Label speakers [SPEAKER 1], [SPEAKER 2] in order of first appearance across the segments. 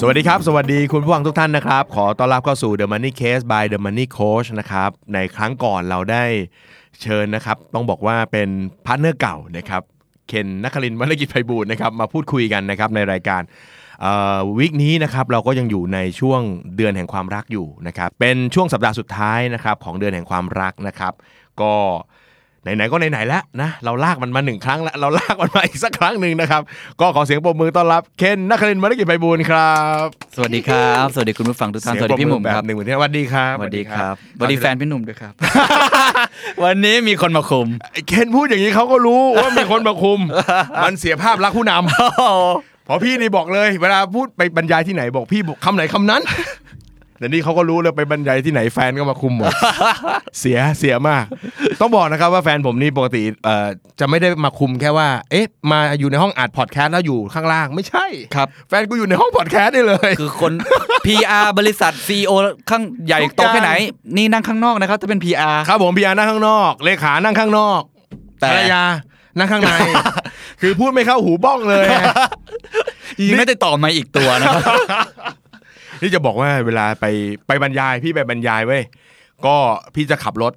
[SPEAKER 1] สวัสดีครับ สวัสดีคุณผู้ฟังทุกท่านนะครับ ขอต้อนรับเข้าสู่ The Money Case by The Money Coach นะครับ ในครั้งก่อนเราได้เชิญนะครับ ต้องบอกว่าเป็นพาร์ทเนอร์เก่านะครับ เคนนักคลินทร์วรรณกิจไพบูลย์นะครับ มาพูดคุยกันนะครับในรายการวิกนี้นะครับเราก็ยังอยู่ในช่วงเดือนแห่งความรักอยู่นะครับ เป็นช่วงสัปดาห์สุดท้ายนะครับของเดือนแห่งความรักนะครับ ก็ ไหนๆก็ไหนๆแล้วนะเราลากมันมาหนึ่งครั้งแล้วเราลากมันมาอีกสักครั้งหนึ่งนะครับ ก็ขอเสียงปรบมือต้อนรับเคนนักคลินทร์วรรณกิจไพบูลย์ครับ
[SPEAKER 2] สวัสดีครับ สวัสดีคุณผู้ฟังทุกท่านสวัสดีพี่หนุ่มครั
[SPEAKER 1] เสียงปรบอแบ
[SPEAKER 2] บ
[SPEAKER 1] บหนึ่งเหมือนที่สวัสดีครับ
[SPEAKER 2] สวัสดีครับสวัสดีแฟนพี่หนุ่มด้วยครับ วันนี้มีคนมาคุม
[SPEAKER 1] ไอ้เคนพูดอย่างนี้เขาก็รู้ว่ามีคนมา คุม มันเสียภาพลักษณ์ผู้นำเพอพี่นี่บอกเลย เวลาพูดไปบรรยายที่ไหนบอกพี่บอกคำไหนคำนั้น แต่นี่เขาก็รู้เลยไปบรรยายที่ไหนแฟนก็มาคุม หมด เสียเสียมาก ต้องบอกนะครับว่าแฟนผมนี่ปกติเอ่อจะไม่ได้มาคุมแค่ว่า เอ๊ะ มาอยู่ในห้องอัดพอดแคสต์แล้วอยู่ข้างล่างไม่ใช่
[SPEAKER 2] ครับ
[SPEAKER 1] แฟนกูอยู่ในห้องพอดแคสต์ได้เลย
[SPEAKER 2] คือคน PR บริษัท CEO ข้างใหญ่โตแค่ไหน นี่นั่งข้างนอกนะครับจะเป็น PR
[SPEAKER 1] ครับผมพีอานั่งข้างนอกเลขานั่งข้างนอก
[SPEAKER 2] แต่
[SPEAKER 1] ภรรยานั่ง ข้างใน คือพูดไม่เข้าหูบ้องเลยฮะ
[SPEAKER 2] ยังไม่ได้ต่อมาอีกตัวนะครับ
[SPEAKER 1] นี่จะบอกว่าเวลาไปไปบรรยายพี่ไปบรรยายเว้ยก็พี่จะขับรถ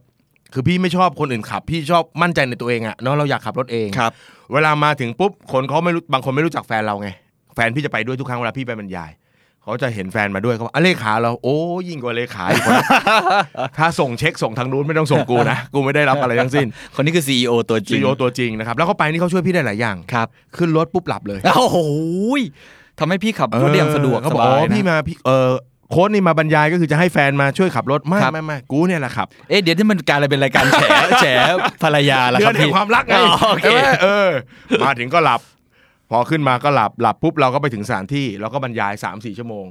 [SPEAKER 1] คือพี่ไม่ชอบคนอื่นขับ พี่ชอบมั่นใจในตัวเองอะเนาะเราอยากขับรถเอง
[SPEAKER 2] ครับ
[SPEAKER 1] เวลามาถึงปุ๊บคนเขาไม่รู้บางคนไม่รู้จักแฟนเราไง แฟนพี่จะไปด้วยทุกครั้งเวลาพี่ไปบรรยายเขาจะเห็นแฟนมาด้วยเขาบอกอ่ะเลขาเราโอ้ยิ่งกว่าเลขาอีกคนนะ ถ้าส่งเช็คส่งทางนู้นไม่ต้องส่งกูนะกูไม่ได้รับอะไรทั้งสิ้น
[SPEAKER 2] คนนี้คือ CEO ตัวจริ
[SPEAKER 1] ซี
[SPEAKER 2] ง
[SPEAKER 1] โอตัวจริงนะครับ แล้วเขาไปนี่เขาช่วยพี่ได้หลายอย่าง
[SPEAKER 2] ครับ
[SPEAKER 1] ขึ้นรถปุ๊บหลับเลย
[SPEAKER 2] โอ้โหยทำให้พี่ขับรถได้อย่างสะดวก
[SPEAKER 1] เขา
[SPEAKER 2] ส
[SPEAKER 1] บอก
[SPEAKER 2] บา
[SPEAKER 1] อ๋
[SPEAKER 2] ย
[SPEAKER 1] อ
[SPEAKER 2] นะ
[SPEAKER 1] พี่มาพี่เออโค้ดนี่มาบรรยายก็คือจะให้แฟนมาช่วยขับรถไม่
[SPEAKER 2] ครับ
[SPEAKER 1] ไม่ไม่กูเนี่ยแหละครับ
[SPEAKER 2] เอ๊ะเดี๋ยวที่มันกลายเป็นรายการ แฉ แฉภรรยาละ
[SPEAKER 1] เดื
[SPEAKER 2] ครั
[SPEAKER 1] อบ นแห่ง
[SPEAKER 2] พี่
[SPEAKER 1] ความรักไง
[SPEAKER 2] อ๋อโอเค
[SPEAKER 1] ใช่ไหมเออ มาถึงก็หลับ พอขึ้นมาก็หลับหลับปุ๊บเราก็ไปถึงสถานที่เราก็บรรยาย3าสี่ชั่วโมง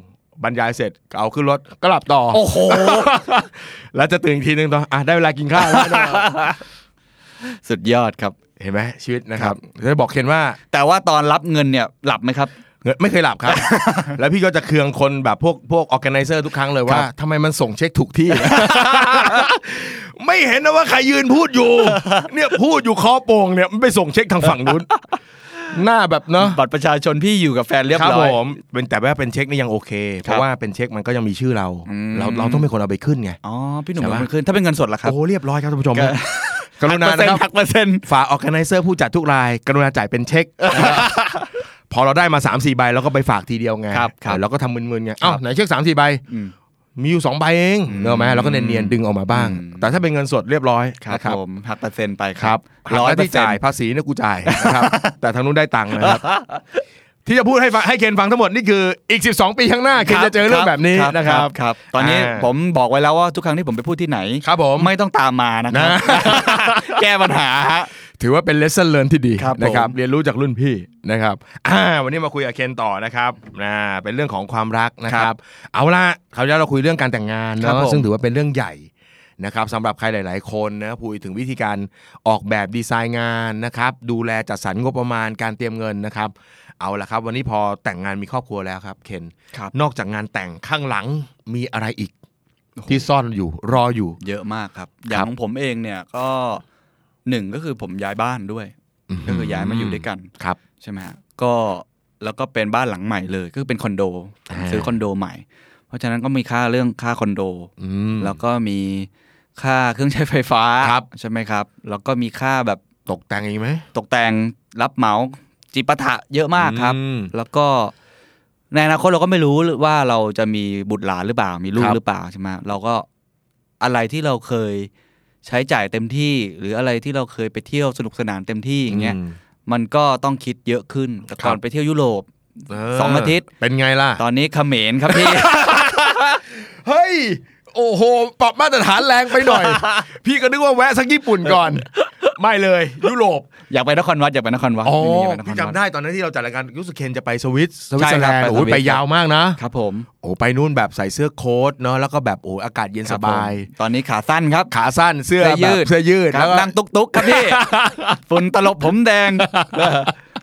[SPEAKER 1] บรรยายเสร็จเอาขึ้นรถก็หลับต่อ
[SPEAKER 2] โอ้โห
[SPEAKER 1] แล้วจะตื่นอีกทีนึงตอนอ่ะได้เวลากินข้าว แล้วนะ
[SPEAKER 2] สุดยอดครับ
[SPEAKER 1] เห็นไหมชีวิตนะครับจะบอกเคนว่า
[SPEAKER 2] แต่ว่าตอนรับเงินเนี่ยหลับไหมครับ
[SPEAKER 1] เงินไม่เคยหลับครับ แล้วพี่ก็จะเคืองคนแบบพวกพวกออแกไนเซอร์ทุกครั้งเลยว่าทำไมมันส่งเช็คถูกที่ ไม่เห็นนะว่าใครยืนพูดอยู่ เนี่ยพูดอยู่คอโป่งเนี่ยมันไปส่งเช็คทางฝั่งนู้น หน้าแบบเนาะ
[SPEAKER 2] บัตรประชาชนพี่อยู่กับแฟนเรียบ
[SPEAKER 1] ครับ
[SPEAKER 2] ร้อ
[SPEAKER 1] ผ
[SPEAKER 2] ย
[SPEAKER 1] มเป็นแต่ว่าเป็นเช็คนี่ยังโอเค เพ
[SPEAKER 2] ครั
[SPEAKER 1] ราะ
[SPEAKER 2] บ
[SPEAKER 1] ว่าเป็นเช็คมันก็ยังมีชื่อเรา
[SPEAKER 2] อืม
[SPEAKER 1] เราเราต้องเป็นคนเอาไปขึ้นไง
[SPEAKER 2] อ๋อ พี่หนุ่ม
[SPEAKER 1] ใช่
[SPEAKER 2] เป็
[SPEAKER 1] ปะ
[SPEAKER 2] นคนขึ้นถ้าเป็นเงินสดล่ะครับ
[SPEAKER 1] โอ้เรียบร้อยครับท่านผู้ชม
[SPEAKER 2] ก็
[SPEAKER 1] กรุณานะครับ
[SPEAKER 2] หักเปอร์เซ็นต์
[SPEAKER 1] ฝากออแกไนเซอร์ผู้จัดทุกราย กรุณาจ่ายเป็นเช็ค พอเราได้มา3ามสี่ใบเราก็ไปฝากทีเดียวไง
[SPEAKER 2] ครับครับ
[SPEAKER 1] แล้วก็ทำมึนๆไงเอ้าไหนเช็ค3ามสี่ใบ
[SPEAKER 2] อืม
[SPEAKER 1] มีอยู่ 2 ใบเองเนกอะไหมเราก็เนียนๆดึงออกมาบ้าง
[SPEAKER 2] อืม
[SPEAKER 1] แต่ถ้าเป็นเงินสดเรียบร้อย
[SPEAKER 2] ครับ
[SPEAKER 1] นะ
[SPEAKER 2] ผมหักเปอร์เซ็นต์ไป
[SPEAKER 1] ครับ
[SPEAKER 2] ร้
[SPEAKER 1] ร้
[SPEAKER 2] อ
[SPEAKER 1] อย ย
[SPEAKER 2] เปอ
[SPEAKER 1] ที่
[SPEAKER 2] ร์เซ็น
[SPEAKER 1] จ่าย
[SPEAKER 2] ต์
[SPEAKER 1] ภาษีเนี่ยกูจ่าย นะครับ แต่ทางนู้นได้ตังค์นะครับ ที่จะพูดให้ฟังให้เคนฟังทั้งหมดนี่คืออีก 12 ปีข้างหน้าเคนจะเจอเรื่องแบบนี้นะครับ
[SPEAKER 2] ครับ ตอนนี้
[SPEAKER 1] อ่า
[SPEAKER 2] ผมบอกไว้แล้วว่าทุกครั้งที่ผมไปพูดที่ไหน
[SPEAKER 1] ครับผม
[SPEAKER 2] ไม่ต้องตามมานะค
[SPEAKER 1] นะ
[SPEAKER 2] รับ แก้ปัญหาฮะ
[SPEAKER 1] ถือว่าเป็นเลสเ o ่นเรียนที่ดี
[SPEAKER 2] ครับผม
[SPEAKER 1] นะครับ เรียนรู้จากรุ่นพี่นะครับอ่าวันนี้มาคุยกับเคนต่อนะครับนะเป็นเรื่องของความรักนะครับ เอาละคราวนี้เราคุยเรื่องการแต่งงาน
[SPEAKER 2] ครับ
[SPEAKER 1] เนาะ
[SPEAKER 2] ผม
[SPEAKER 1] ซึ่งถือว่าเป็นเรื่องใหญ่นะครับสำหรับใครหลาย ๆ คนนะพูดถึงวิธีการออกแบบดีไซน์งานนะครับ ดูแลจัดสรรงบประมาณการเตรียมเงินนะครับ เอาละครับ วันนี้พอแต่งงานมีครอบครัวแล้วครับเคน
[SPEAKER 2] ครับ
[SPEAKER 1] นอกจากงานแต่งข้างหลังมีอะไรอีก ที่ซ่อนอยู่รออยู่
[SPEAKER 2] เยอะมากครับ อย่างของผมเองเนี่ยก็หนึ่งก็คือผมย้ายบ้านด้วย ก็คือย้ายมาอยู่ด้วยกัน
[SPEAKER 1] ครับ
[SPEAKER 2] ใช่ไหมฮะก็แล้วก็เป็นบ้านหลังใหม่เลยก็คือเป็นคอนโดผมซื้อคอนโดใหม่ เพราะฉะนั้นก็มีค่าเรื่องค่าคอนโด
[SPEAKER 1] อืม
[SPEAKER 2] แล้วก็มีค่าเครื่องใช้ไฟฟ้า
[SPEAKER 1] ครับ
[SPEAKER 2] ใช่ไหมครับ แล้วก็มีค่าแบบ
[SPEAKER 1] ตกแต่งอีกไหม
[SPEAKER 2] ตกแต่งรับเหมาจิปาถะเยอะมากครับ
[SPEAKER 1] อืม
[SPEAKER 2] แล้วก็ในอนาคตเราก็ไม่รู้ว่าเราจะมีบุตรหลานหรือเปล่ามีลู
[SPEAKER 1] ค
[SPEAKER 2] ก
[SPEAKER 1] รับ
[SPEAKER 2] หรือเปล่าใช่ไหมเราก็อะไรที่เราเคยใช้จ่ายเต็มที่ หรืออะไรที่เราเคยไปเที่ยวสนุกสนานเต็มที่อย่างเงี้ย
[SPEAKER 1] ม
[SPEAKER 2] มันก็ต้องคิดเยอะขึ้นแต่ก่อ
[SPEAKER 1] ค
[SPEAKER 2] น
[SPEAKER 1] รับ
[SPEAKER 2] ไปเที่ยวยุโรป
[SPEAKER 1] เ
[SPEAKER 2] สองอาทิตย์
[SPEAKER 1] เป็นไงล่ะ
[SPEAKER 2] ตอนนี้เขมรครับพี่
[SPEAKER 1] เฮ้ย โอ้โห ปรับมาตรฐานแรงไปหน่อย พี่ก็นึกว่าแวะสักญี่ปุ่นก่อน ไม่เลย ยุโรป
[SPEAKER 2] อยากไปนครวัดอยากไปนครวัด
[SPEAKER 1] อ๋อ
[SPEAKER 2] อยากปนครวั
[SPEAKER 1] พี่จำได้ตอนนั้นที่เราจัดรายการยูสเคนจะไปสวิตสวิต
[SPEAKER 2] ใช่
[SPEAKER 1] เซอร์
[SPEAKER 2] ค
[SPEAKER 1] แล
[SPEAKER 2] รับ
[SPEAKER 1] นด์
[SPEAKER 2] ไป
[SPEAKER 1] โอ้ย
[SPEAKER 2] สวิต
[SPEAKER 1] ไปยาวมากนะครับ
[SPEAKER 2] ผม
[SPEAKER 1] โอ้ไปนู่นแบบใส่เสื้อโค้ทเนาะแล้วก็แบบโอ้อากาศเย็นสบาย
[SPEAKER 2] ครับผมตอนนี้ขาสั้นครับ
[SPEAKER 1] ขาสั้นเสื้อแบบเสื้อยืด
[SPEAKER 2] ค
[SPEAKER 1] แล้
[SPEAKER 2] รับ
[SPEAKER 1] วก็
[SPEAKER 2] นั่งตุ๊กตุ๊กครับ พี่ ฝุ่นตลบผมแดง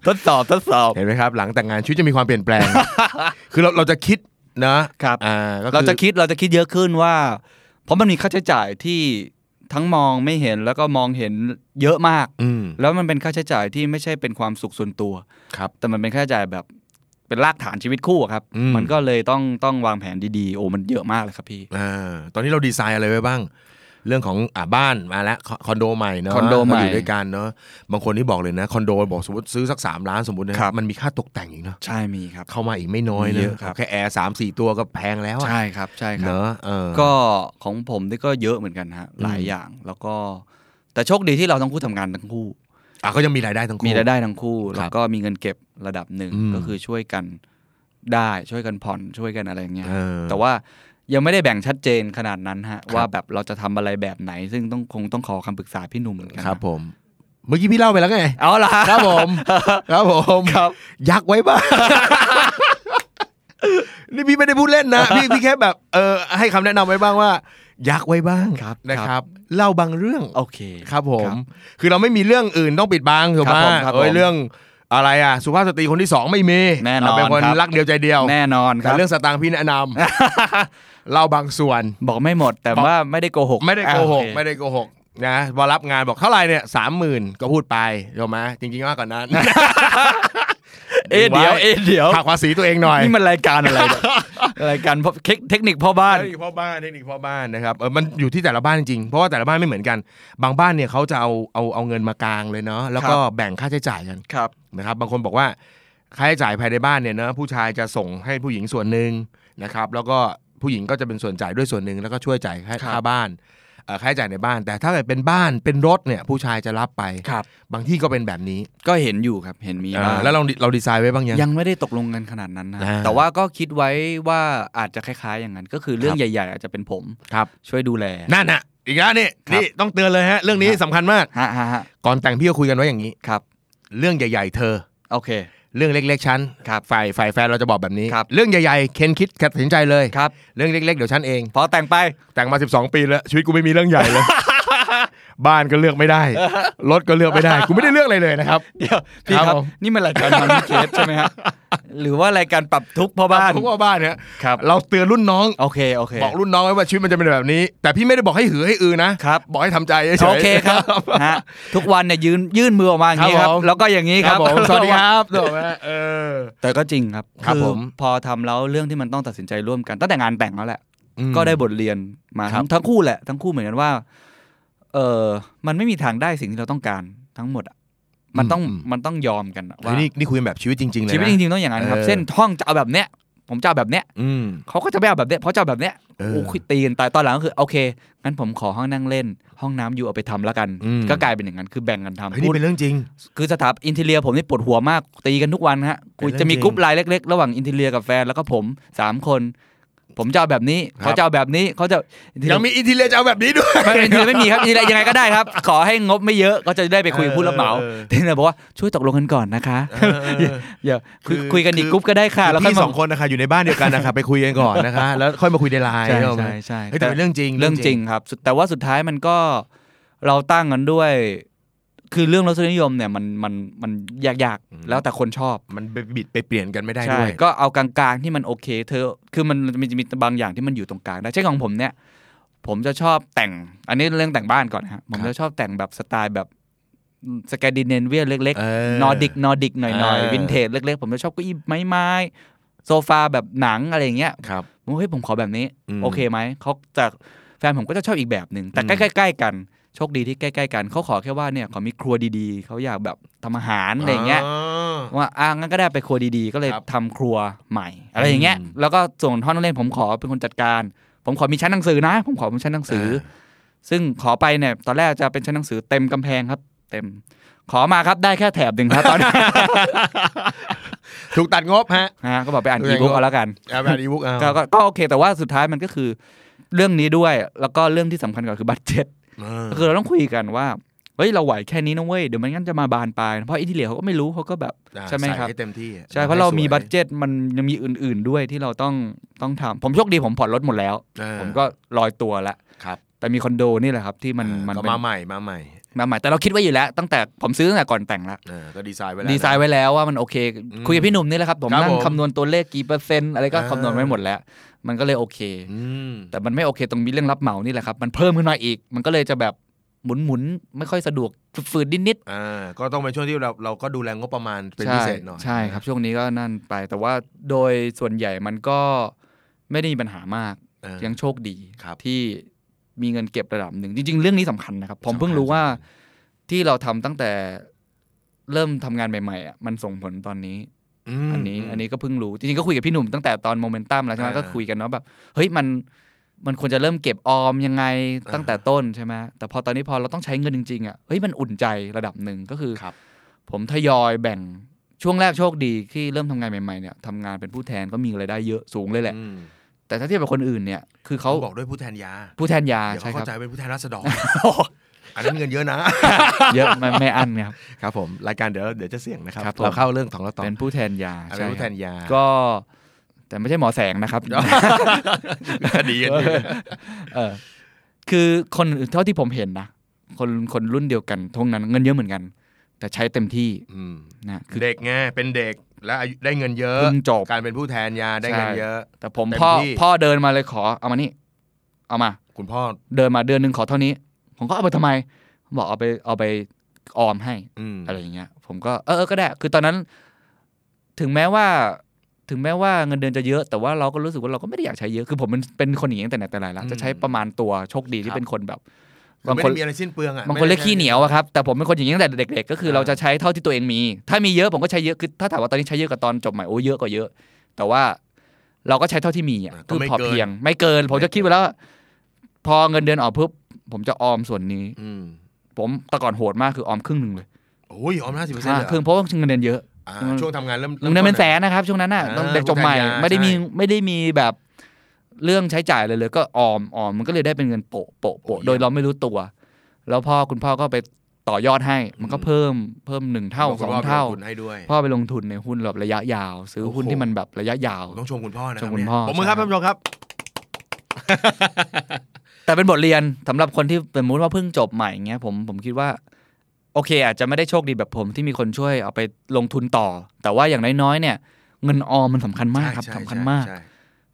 [SPEAKER 2] ทดสอบทดสอบ
[SPEAKER 1] เห็นไหมครับ หลังแต่งงานชีวิตจะมีความเปลี่ยนแปลง คือเราเราจะคิดนะครับ อ่าก็คือ
[SPEAKER 2] เราจะคิดเราจะคิดเยอะขึ้นว่า เพราะมันมีค่าใช้จ่ายที่ทั้งมองไม่เห็นแล้วก็มองเห็นเยอะมาก
[SPEAKER 1] อืม
[SPEAKER 2] แล้วมันเป็นค่าใช้จ่ายที่ไม่ใช่เป็นความสุขส่วนตัว
[SPEAKER 1] ครับ
[SPEAKER 2] แต่มันเป็นค่าใช้จ่ายแบบเป็นรากฐานชีวิตคู่อะครับ
[SPEAKER 1] อืม
[SPEAKER 2] มันก็เลยต้องต้องวางแผนดีๆ โอ้มันเยอะมากเลยครับพี่
[SPEAKER 1] อ่าตอนนี้เราดีไซน์อะไรไว้บ้าง เรื่องของอ่าบ้านมาแล้วคคอนโดใหม่เนาะ
[SPEAKER 2] คอนโดใหม่
[SPEAKER 1] เรายู่ด้วยกันเนาะบางคนที่บอกเลยนะคอนโดบอกสมมติซื้อสักสามล้านสมมตินะครับ มันมีค่าตกแต่งอีกเนาะ
[SPEAKER 2] ใช่มีครับ
[SPEAKER 1] เข้ามาอีกไม่น้อย
[SPEAKER 2] เย
[SPEAKER 1] นะ
[SPEAKER 2] อะครับ
[SPEAKER 1] แค่แอร์สามสี่ตัวก็แพงแล้วอะ
[SPEAKER 2] ใช่ครับใช่ครับ
[SPEAKER 1] เนาะเออ
[SPEAKER 2] ก็ของผมนี่ก็เยอะเหมือนกันฮะหลาย
[SPEAKER 1] อืม
[SPEAKER 2] อย่างแล้วก็แต่โชคดีที่เราทั้งคู่ทำงานทั้งคู่
[SPEAKER 1] อ่ะก็ยังมีรายได้ทั้งคู่
[SPEAKER 2] มีรายได้ทั้งคู่
[SPEAKER 1] ครับ
[SPEAKER 2] แล้วก็มีเงินเก็บระดับหนึ่ง
[SPEAKER 1] อืม
[SPEAKER 2] ก็คือช่วยกันได้ช่วยกันผ่อนช่วยกันอะไรอย่างเงี้ย
[SPEAKER 1] เออ
[SPEAKER 2] แต่ว่ายังไม่ได้แบ่งชัดเจนขนาดนั้นฮะ
[SPEAKER 1] ครับ
[SPEAKER 2] ว่าแบบเราจะทำอะไรแบบไหน ซึ่งต้องคงต้องขอคำปรึกษาพี่หนุ่มเหมือนกันนะครับ
[SPEAKER 1] ผม เมื่อกี้พี่เล่าไปแล้วไง
[SPEAKER 2] เอาละฮะ
[SPEAKER 1] ครับผม ครับผม
[SPEAKER 2] ครับ
[SPEAKER 1] ยักไว้บ้าง นี่พี่ไม่ได้พูดเล่น นะ พี่พี่แค่แบบเออให้คำแนะนำไว้บ้างว่า ยักไว้บ้าง
[SPEAKER 2] ครับ
[SPEAKER 1] นะค
[SPEAKER 2] ค
[SPEAKER 1] รั
[SPEAKER 2] รั
[SPEAKER 1] บ
[SPEAKER 2] บ
[SPEAKER 1] เล่าบางเรื่อง
[SPEAKER 2] โอเค
[SPEAKER 1] ครับผม
[SPEAKER 2] ครับ
[SPEAKER 1] คือเราไม่มีเรื่องอื่นต้องปิดบังถูกไหม
[SPEAKER 2] ครับผมครับผม
[SPEAKER 1] เอ้ยเรื่องอะไรอ่ะ สุภาพสตรีคนที่สองไม่มี
[SPEAKER 2] แน่นอน
[SPEAKER 1] เราเป็นคน
[SPEAKER 2] ครับ
[SPEAKER 1] รักเดียวใจเดียว
[SPEAKER 2] แน่นอนค
[SPEAKER 1] แต่
[SPEAKER 2] รับ
[SPEAKER 1] เรื่องสตางค์พี่แนะนำ เล่าบางส่วน
[SPEAKER 2] บอกไม่หมดแต่ว่าไม่ได้โกหก
[SPEAKER 1] ไม่ได้โกหก
[SPEAKER 2] อ่ะโอเค
[SPEAKER 1] ไม่ได้โกหกนะพอรับงานบอกเท่าไหร่เนี่ยสามหมื่นก็พูดไปโยมะจริงๆมากกว่า นั้น
[SPEAKER 2] เอ๊ะเดี๋ยวเอ๊ะเดี๋ยว
[SPEAKER 1] หักภาษีตัวเองหน่อย
[SPEAKER 2] นี่มันรายการอะไรเนี่ย รายการพ่อเทคเทคนิคพ่อบ้าน
[SPEAKER 1] เทคนิคพ่อบ้านเทคนิคพ่อบ้านนะครับเออมันอยู่ที่แต่ละบ้านจริงๆเพราะว่าแต่ละบ้านไม่เหมือนกัน บางบ้านเนี่ยเขาจะเอาเอาเอาเงินมากลางเลยเนาะแล้วก็
[SPEAKER 2] ครับ
[SPEAKER 1] แบ่งค่าใช้จ่ายกัน
[SPEAKER 2] ครับ
[SPEAKER 1] นะครับ บางคนบอกว่าค่าใช้จ่ายภายในบ้านเนี่ยเนาะผู้ชายจะส่งให้ผู้หญิงส่วนหนึ่งนะครับ แล้วก็ผู้หญิงก็จะเป็นส่วนจ่ายด้วยส่วนหนึ่งแล้วก็ช่วยจ่ายค่า
[SPEAKER 2] ครับ
[SPEAKER 1] ค่าบ้านเอ่อค่าใช้จ่ายในบ้าน แต่ถ้าเกิดเป็นบ้านเป็นรถเนี่ยผู้ชายจะรับไป
[SPEAKER 2] ครับ
[SPEAKER 1] บางที่ก็เป็นแบบนี้
[SPEAKER 2] ก็เห็นอยู่ครับเห็นมี
[SPEAKER 1] อ่า
[SPEAKER 2] บ้าง
[SPEAKER 1] แล้วเราเราดีไซน์ไว้บ้างยัง
[SPEAKER 2] ยังไม่ได้ตกลงกันขนาดนั้นนะ
[SPEAKER 1] อ่า
[SPEAKER 2] แต่ว่าก็คิดไว้ว่าอาจจะคล้ายๆ อย่างนั้น ก็คือเรื่อ
[SPEAKER 1] ค
[SPEAKER 2] ง
[SPEAKER 1] รับ
[SPEAKER 2] ใหญ่ ๆ อาจจะเป็นผม
[SPEAKER 1] ครับ
[SPEAKER 2] ช่วยดูแล
[SPEAKER 1] นั่นน่ะอีกแล้วนี่
[SPEAKER 2] ครับ
[SPEAKER 1] นี่ต้องเตือนเลยฮะเรื่องนี้สำคัญมาก
[SPEAKER 2] ฮะฮะฮะ
[SPEAKER 1] ก่อนแต่งพี่ก็คุยกันไว้อย่างนี้
[SPEAKER 2] ครับ
[SPEAKER 1] เรื่องใหญ่ๆเธอ
[SPEAKER 2] โอเค
[SPEAKER 1] เรื่องเล็กๆฉัน
[SPEAKER 2] ครับ
[SPEAKER 1] ฝ่ายฝ่ายแฟนเราจะบอกแบบนี้
[SPEAKER 2] ครับ
[SPEAKER 1] เรื่องใหญ่ๆเคนคิดตัดสินใจเลย
[SPEAKER 2] ครับ
[SPEAKER 1] เรื่องเล็กๆเดี๋ยวฉันเอง
[SPEAKER 2] พอแต่งไป
[SPEAKER 1] แต่งมา 12 ปีแล้วชีวิตกูไม่มีเรื่องใหญ่เลย บ้านก็เลือกไม่ได้ รถก็เลือกไม่ได้กูไม่ได้เลือกอะไรเลยนะครับ
[SPEAKER 2] เดี๋ยวพี่
[SPEAKER 1] ครับ
[SPEAKER 2] ครับ
[SPEAKER 1] ผม
[SPEAKER 2] นี่มันรายการมันเคสใช่ไหมฮะหรือว่ารายการปรับทุกข์พ่อบ้าน
[SPEAKER 1] ผมว่าบ้านเนี่ย
[SPEAKER 2] ครับ
[SPEAKER 1] เราเตือนรุ่นน้อง
[SPEAKER 2] โอเคโอเค
[SPEAKER 1] บอกรุ่นน้องไว้ว่าชีวิตมันจะเป็นแบบนี้ แต่พี่ไม่ได้บอกให้หือให้อือนะ
[SPEAKER 2] ครับ
[SPEAKER 1] บอกให้ทำใจเฉยๆ
[SPEAKER 2] โอเคครับฮะทุกวันเนี่ยยืนยื่นมือออกมาอย่างนี้ค
[SPEAKER 1] ครั
[SPEAKER 2] รั
[SPEAKER 1] บบ ผม
[SPEAKER 2] แล้วก็อย่างนี้
[SPEAKER 1] ค
[SPEAKER 2] ค
[SPEAKER 1] รั
[SPEAKER 2] รั
[SPEAKER 1] บบ ผมสวัสดีครับถูกไหมเออ
[SPEAKER 2] แต่ก็จริงครับ
[SPEAKER 1] ครับผม
[SPEAKER 2] พอทำแล้วเรื่องที่มันต้องตัดสินใจร่วมกันตั้งแต่งานแต่งแล้วแหละ
[SPEAKER 1] อืม
[SPEAKER 2] ก็ได้บทเรียนมา
[SPEAKER 1] ครับ
[SPEAKER 2] ทั้งทั้งคู่แหละ ทั้งคู่เหมือนกันว่า เออมันไม่มีทางได้สิ่งที่เราต้องการทั้งหมดอะมันต้องมันต้องยอมกันอะ
[SPEAKER 1] เฮ้
[SPEAKER 2] ว่าย
[SPEAKER 1] นี่นี่คุยแบบชีวิตจริงๆเลยนะ
[SPEAKER 2] ชีวิตจริงๆต้องอย่างนั้นครับ
[SPEAKER 1] เออ
[SPEAKER 2] เส้นท่องจะเอาแบบเนี้ยผมจะเอาแบบเนี้ย
[SPEAKER 1] อืม
[SPEAKER 2] เขาก็จะไม่เอาแบบเนี้ยเพราะจะเอาแบบเนี้ย
[SPEAKER 1] เออ
[SPEAKER 2] โอ้คุยตีกันตายตอนหลังก็คือโอเคงั้นผมขอห้องนั่งเล่น ห้องน้ำอยู่เอาไปทำแล้วกัน
[SPEAKER 1] อืม
[SPEAKER 2] ก็กลายเป็นอย่างนั้นคือแบ่งกันทำ
[SPEAKER 1] เฮ้ย
[SPEAKER 2] พู
[SPEAKER 1] นี่
[SPEAKER 2] ด
[SPEAKER 1] เป็นเรื่องจริง
[SPEAKER 2] คือสถาปอินเทเลียผมนี่ปวดหัวมากตีกันทุกวันฮะกูจะมีกรุ๊ปไลน์เล็ก ๆ ระหว่างอินเทเลียกับแฟนแล้วก็ผมสามคน ผมจะเอาแบบนี้
[SPEAKER 1] ครับ
[SPEAKER 2] เขาจะเอาแบบนี้เขาจะ interior
[SPEAKER 1] ยังมีอินทีเลียจะเอาแบบนี้ด้วย
[SPEAKER 2] ไม่อินเทเลียไม่มีครับอินเทเลียยังไงก็ได้ครับ ขอให้งบไม่เยอะก็จะได้ไปคุยกับผู้รับเหมา
[SPEAKER 1] เออเออ
[SPEAKER 2] ทีนี้บอกว่าช่วยตกลงกันก่อนนะคะ
[SPEAKER 1] เออ
[SPEAKER 2] อย่า
[SPEAKER 1] คื
[SPEAKER 2] คือ
[SPEAKER 1] อ
[SPEAKER 2] คุยกันอีก
[SPEAKER 1] คือ
[SPEAKER 2] กรุ๊ปก็ได้ค่ะ แล้วค่อย
[SPEAKER 1] พี่
[SPEAKER 2] มา
[SPEAKER 1] สองคนนะคะอยู่ในบ้านเดียวกันนะคะไปคุยกันก่อน นะคะ แล้วค่อยมาคุยในไลน์
[SPEAKER 2] ใช่
[SPEAKER 1] ใช่ไหม
[SPEAKER 2] ใช่ใช่
[SPEAKER 1] เฮ้ยแต่เป็นเรื่องจริง
[SPEAKER 2] เรื่องจริงครับสุดแต่ว่าสุดท้ายมันก็เราตั้งกันด้วย คือเรื่องรสนิยมเนี่ยมันมันมันยากๆแล้วแต่คนชอบ
[SPEAKER 1] มันไปบิดไปเปลี่ยนกันไม่ได้
[SPEAKER 2] ใช่
[SPEAKER 1] ด้วย
[SPEAKER 2] ก็เอากลางๆที่มันโอเค เธอคือมันมันจะมีบางอย่างที่มันอยู่ตรงกลางได้เช่นของผมเนี่ย ผมจะชอบแต่ง อันนี้เรื่องแต่งบ้านก่อนนะฮะผม
[SPEAKER 1] ครับ
[SPEAKER 2] จะชอบแต่งแบบสไตล์แบบสแกนดิเนเวียเล็ก
[SPEAKER 1] เอ
[SPEAKER 2] ๆนอร์ดิกนอร์ดิกหน่อย
[SPEAKER 1] เออ
[SPEAKER 2] ๆวินเทจเล็กๆ ผมจะชอบเก็อี้ไม้ไม้โซฟาแบบหนังอะไรอย่างเงี้ย
[SPEAKER 1] ครับ
[SPEAKER 2] ผมว่าเฮ้ยผมขอแบบนี้
[SPEAKER 1] อืม
[SPEAKER 2] โอเคไหมเขาจากแฟนผมก็จะชอบอีกแบบหนึ่งแต่
[SPEAKER 1] อืม
[SPEAKER 2] ใกล้ๆใกล้กันโชคดีที่ใกล้ๆกันเขาขอแค่ว่าเนี่ยขอมีครัวดีๆเขาอยากแบบทำอาหารอะไรอย่างเงี้ย
[SPEAKER 1] อ
[SPEAKER 2] ว่าอ่ะงั้นก็ได้ไปครัวดีๆ ก็เลย
[SPEAKER 1] ครับ
[SPEAKER 2] ทำครัวใหม่ อะไรอย่างเงี้ย
[SPEAKER 1] อืม
[SPEAKER 2] แล้วก็ส่วนห้องนั่งเล่นผมขอเป็นคนจัดการ ผมขอมีชั้นหนังสือนะ ผมขอเป็นชั้นหนังสือ ซึ่งขอไปเนี่ยตอนแรกจะเป็นชั้นหนังสือเต็มกำแพงครับ เต็ม ขอมาครับได้แค่แถบหนึ่งครับต อนนี้
[SPEAKER 1] ถูกตัดงบฮะ
[SPEAKER 2] นะก็บอกไปอ่าน
[SPEAKER 1] ดู
[SPEAKER 2] อี
[SPEAKER 1] ยังไง
[SPEAKER 2] บุ๊ก
[SPEAKER 1] ก็
[SPEAKER 2] เอาแล้วกัน
[SPEAKER 1] เอาแบบอีบุ๊กเอา
[SPEAKER 2] ก็ก็ก็โอเค แต่ว่าสุดท้ายมันก็คือ เรื่องนี้ด้วย แล้วก็เรื่องที่สำคัญกว่าคือบัตเจ็ต
[SPEAKER 1] อ่า
[SPEAKER 2] ก็คือเราต้องคุยกันว่า เฮ้ย เราไหวแค่นี้นะเว้ย เดี๋ยวมันงั้นจะมาบานปลายนะเพราะอินทีเลียเขาก็ไม่รู้เขาก็แบบ
[SPEAKER 1] อ่า
[SPEAKER 2] ใช่ไหมครับ
[SPEAKER 1] ใส่ให้เต็มที่อ
[SPEAKER 2] ใช่ เพราะเรามี
[SPEAKER 1] ให้สวย
[SPEAKER 2] บัตเจ็ตมันยังมีอื่น ๆ ด้วยที่เราต้องต้องทำผมโชคดีผมผ่อนรถหมดแล้ว
[SPEAKER 1] อ่า
[SPEAKER 2] ผมก็ลอยตัวละ
[SPEAKER 1] ครับ
[SPEAKER 2] แต่มีคอนโดนี่แหละครับ ที่มัน
[SPEAKER 1] อ่า
[SPEAKER 2] มัน
[SPEAKER 1] ก็
[SPEAKER 2] เป็น
[SPEAKER 1] มาใหม่มาใหม่
[SPEAKER 2] มาใหม่แต่เราคิดไว้อยู่แล้ว ตั้งแต่ผมซื้อตั้งแต่ก่อนแต่งละ
[SPEAKER 1] อ่าก็ดีไซน์ไว้แล้ว
[SPEAKER 2] ดีไซน์ไว้แล้วว่ามันโอเค
[SPEAKER 1] อืม
[SPEAKER 2] คุยกับพี่หนุ่มนี่แหละครับผม
[SPEAKER 1] ครับ
[SPEAKER 2] นั่ง
[SPEAKER 1] ผม
[SPEAKER 2] คำนวณตัวเลขกี่เปอร์เซ็นต์อะไรก็
[SPEAKER 1] อ่า
[SPEAKER 2] คำนวณไว้หมดแล้ว มันก็เลยโอเค
[SPEAKER 1] อืม
[SPEAKER 2] แต่มันไม่โอเคตรงมีเรื่องรับเหมานี่แหละครับมันเพิ่มขึ้นมาอีก มันก็เลยจะแบบหมุนหมุนๆไม่ค่อยสะดวกฝืดๆนิดๆ
[SPEAKER 1] อ่าก็ต้องเป็นช่วงที่เราเราก็ดูแลงบประมาณเป็นพิเศษหน่อย
[SPEAKER 2] ใช่ใช่ครับ ช่วงนี้ก็นั่นไปแต่ว่าโดยส่วนใหญ่มันก็ไม่ได้มีปัญหามาก
[SPEAKER 1] เออ
[SPEAKER 2] ยังโชคดี
[SPEAKER 1] ครับ
[SPEAKER 2] ที่มีเงินเก็บระดับหนึ่ง จริง ๆ เรื่องนี้สำคัญนะครับ ผ
[SPEAKER 1] สำ
[SPEAKER 2] ม
[SPEAKER 1] คัญ
[SPEAKER 2] เพิ่งรู้ว่า
[SPEAKER 1] สำคั
[SPEAKER 2] ที่เราทำตั้งแต่เริ่มทำงานใหม่ๆอ่ะมันส่งผลตอนนี้
[SPEAKER 1] ม
[SPEAKER 2] อันนี้อันนี้ก็เพิ่งรู้ จริงๆ ก็คุยกับพี่หนุ่มตั้งแต่ตอนโมเมนตัมแล้วใช่ไหม
[SPEAKER 1] อ่า
[SPEAKER 2] ก็คุยกันเนาะแบบเฮ้ยมันมันควรจะเริ่มเก็บออมยังไงตั้งแต่ต้นใช่ไหมแต่พอตอนนี้พอเราต้องใช้เงินจริงๆอ่ะเฮ้ยมันอุ่นใจระดับหนึ่งก็คือ
[SPEAKER 1] ครับ
[SPEAKER 2] ผมทยอยแบ่งช่วงแรกโชคดีที่เริ่มทำงานใหม่ๆเนี่ยทำงานเป็นผู้แทนก็มีรายได้เยอะสูงเลยแหละ
[SPEAKER 1] อืม
[SPEAKER 2] แต่ถ้าเทียบกับคนอื่นเนี่ยคือเขา
[SPEAKER 1] เขาบอกด้วยผู้แทนยา
[SPEAKER 2] ผู้แทนยา
[SPEAKER 1] เดี๋ยว
[SPEAKER 2] ใช่
[SPEAKER 1] เขา
[SPEAKER 2] ค
[SPEAKER 1] เข้า
[SPEAKER 2] รับ
[SPEAKER 1] ใจเป็นผู้แทนราษ ฎรอันนั้นเงินเยอะนะ
[SPEAKER 2] เยอะไม่ไม่อันครับ
[SPEAKER 1] ครับผมรายการเดี๋ยวเดี๋ยวจะเสี่ยงนะครับ
[SPEAKER 2] ครับผม
[SPEAKER 1] เราเข้าเรื่องของเราต่อ
[SPEAKER 2] เป็นผู้แทนยา
[SPEAKER 1] อ่ะเป็
[SPEAKER 2] ใช่
[SPEAKER 1] นผู้
[SPEAKER 2] ค
[SPEAKER 1] แท
[SPEAKER 2] รับ
[SPEAKER 1] นยา
[SPEAKER 2] ก็ แต่ไม่ใช่หมอแสงนะครับ
[SPEAKER 1] ดีกัน อยู่
[SPEAKER 2] เออคือคนอื่นเท่าที่ผมเห็นนะคนคนรุ่นเดียวกันทวงนั้นเงินเยอะเหมือนกัน แต่ใช้เต็มที่
[SPEAKER 1] อืม
[SPEAKER 2] นะคือ
[SPEAKER 1] เด็กไงเป็นเด็กและอายุได้เงินเยอะ
[SPEAKER 2] เพิ่งจบ
[SPEAKER 1] การเป็นผู้แทนยาได้เงิน
[SPEAKER 2] ใช่
[SPEAKER 1] เยอะ
[SPEAKER 2] แต่ผม
[SPEAKER 1] เต็ม
[SPEAKER 2] พ่อ
[SPEAKER 1] ที่
[SPEAKER 2] พ่อเดินมาเลยขอเอามานี่ เอามา
[SPEAKER 1] คุณพ่อ
[SPEAKER 2] เดินมาเดือนหนึ่งขอเท่านี้ ผมก็เอาไปทำไม บอกเอาไปเอาไปออมให้
[SPEAKER 1] อืม
[SPEAKER 2] อะไรอย่างเงี้ย ผมก็เออเออก็ได้ คือตอนนั้น ถึงแม้ว่า ถึงแม้ว่าเงินเดือนจะเยอะ แต่ว่าเราก็รู้สึกว่าเราก็ไม่ได้อยากใช้เยอะ คือผมเป็นเป็นคนอย่างนี้ตั้งแต่ไหนแต่ไรแล้วจะใช้ประมาณตัวโชคดีที่เป็นคนแบบ
[SPEAKER 1] คือบ
[SPEAKER 2] าง
[SPEAKER 1] ไม่
[SPEAKER 2] คน
[SPEAKER 1] ได้มีอะไรสิ้นเปลืองอ่ะ
[SPEAKER 2] บางคนเรียก
[SPEAKER 1] ไม่ได้
[SPEAKER 2] ขี้เหนียวอะครับแต่ผมเป็นคนอย่างนี้ตั้งแต่เด็กๆก็คือ
[SPEAKER 1] เออ
[SPEAKER 2] เราจะใช้เท่าที่ตัวเองมี ถ้ามีเยอะผมก็ใช้เยอะคือถ้าถามว่าตอนนี้ใช้เยอะกว่าตอนจบใหม่โอ้เยอะกว่าเยอะ แต่ว่าเราก็ใช้เท่าที่มีอะ
[SPEAKER 1] ก็
[SPEAKER 2] คือ
[SPEAKER 1] ไม่
[SPEAKER 2] พอ
[SPEAKER 1] เกิน
[SPEAKER 2] เพียง ไม่เกิน ผมจะคิดไว้แล้วว่าพอเงินเดือนออกปุ๊บผมจะออมส่วนนี้
[SPEAKER 1] อืม
[SPEAKER 2] ผมแต่ก่อนโหดมากคือออมครึ่งหนึ่งเลย
[SPEAKER 1] โอ้ยออมห้าสิบเปอร์เซ็นต์
[SPEAKER 2] อ่า
[SPEAKER 1] เลยเหรอ
[SPEAKER 2] ครึ่งเพราะว่าเงินเดือนเยอะ
[SPEAKER 1] อ่าช่วงทำงานเริ่ม
[SPEAKER 2] เงินเดือนเป็น
[SPEAKER 1] ต้
[SPEAKER 2] แสนนะครับ ช่วงนั้นน่ะ
[SPEAKER 1] อ่า
[SPEAKER 2] ตอนเด็กจบใหม่
[SPEAKER 1] ผู้การยา
[SPEAKER 2] ไม่ได้มี
[SPEAKER 1] ใช่
[SPEAKER 2] ไม่ได้มีแบบเรื่องใช้จ่ายเลยเลย ก็ออมออมมันก็เลยได้เป็นเงินโปะโปะโปะโดยเราไม่รู้ตัว แล้วพ่อคุณพ่อก็ไปต่อยอดให้ มันก็เพิ่มเพิ่มหนึ่งเท่า
[SPEAKER 1] บ
[SPEAKER 2] ส
[SPEAKER 1] คุณ
[SPEAKER 2] อง
[SPEAKER 1] พ่
[SPEAKER 2] เท่า
[SPEAKER 1] ป็นคนให้ด้วย
[SPEAKER 2] พ่อไปลงทุนในหุ้นแบบระยะยาว ซื้อ
[SPEAKER 1] โอ้โห
[SPEAKER 2] หุ้นที่มันแบบระยะยาว
[SPEAKER 1] ต้องชมคุณพ่อนะ
[SPEAKER 2] ช
[SPEAKER 1] รับ
[SPEAKER 2] มคุณ
[SPEAKER 1] เนี่ย
[SPEAKER 2] พ่อ
[SPEAKER 1] ผมมือครับ
[SPEAKER 2] ใช่
[SPEAKER 1] ท่านผู้ชมครับ
[SPEAKER 2] แต่เป็นบทเรียนสำหรับคนที่สมมติว่าเพิ่งจบใหม่เงี้ยผมผมคิดว่า โอเค อาจจะไม่ได้โชคดีแบบผมที่มีคนช่วยเอาไปลงทุนต่อ แต่ว่าอย่างน้อยๆเนี่ย เงินออมมันสำคัญมากครับ
[SPEAKER 1] ใช่
[SPEAKER 2] สำ
[SPEAKER 1] ใช่
[SPEAKER 2] คัญมาก
[SPEAKER 1] ใช่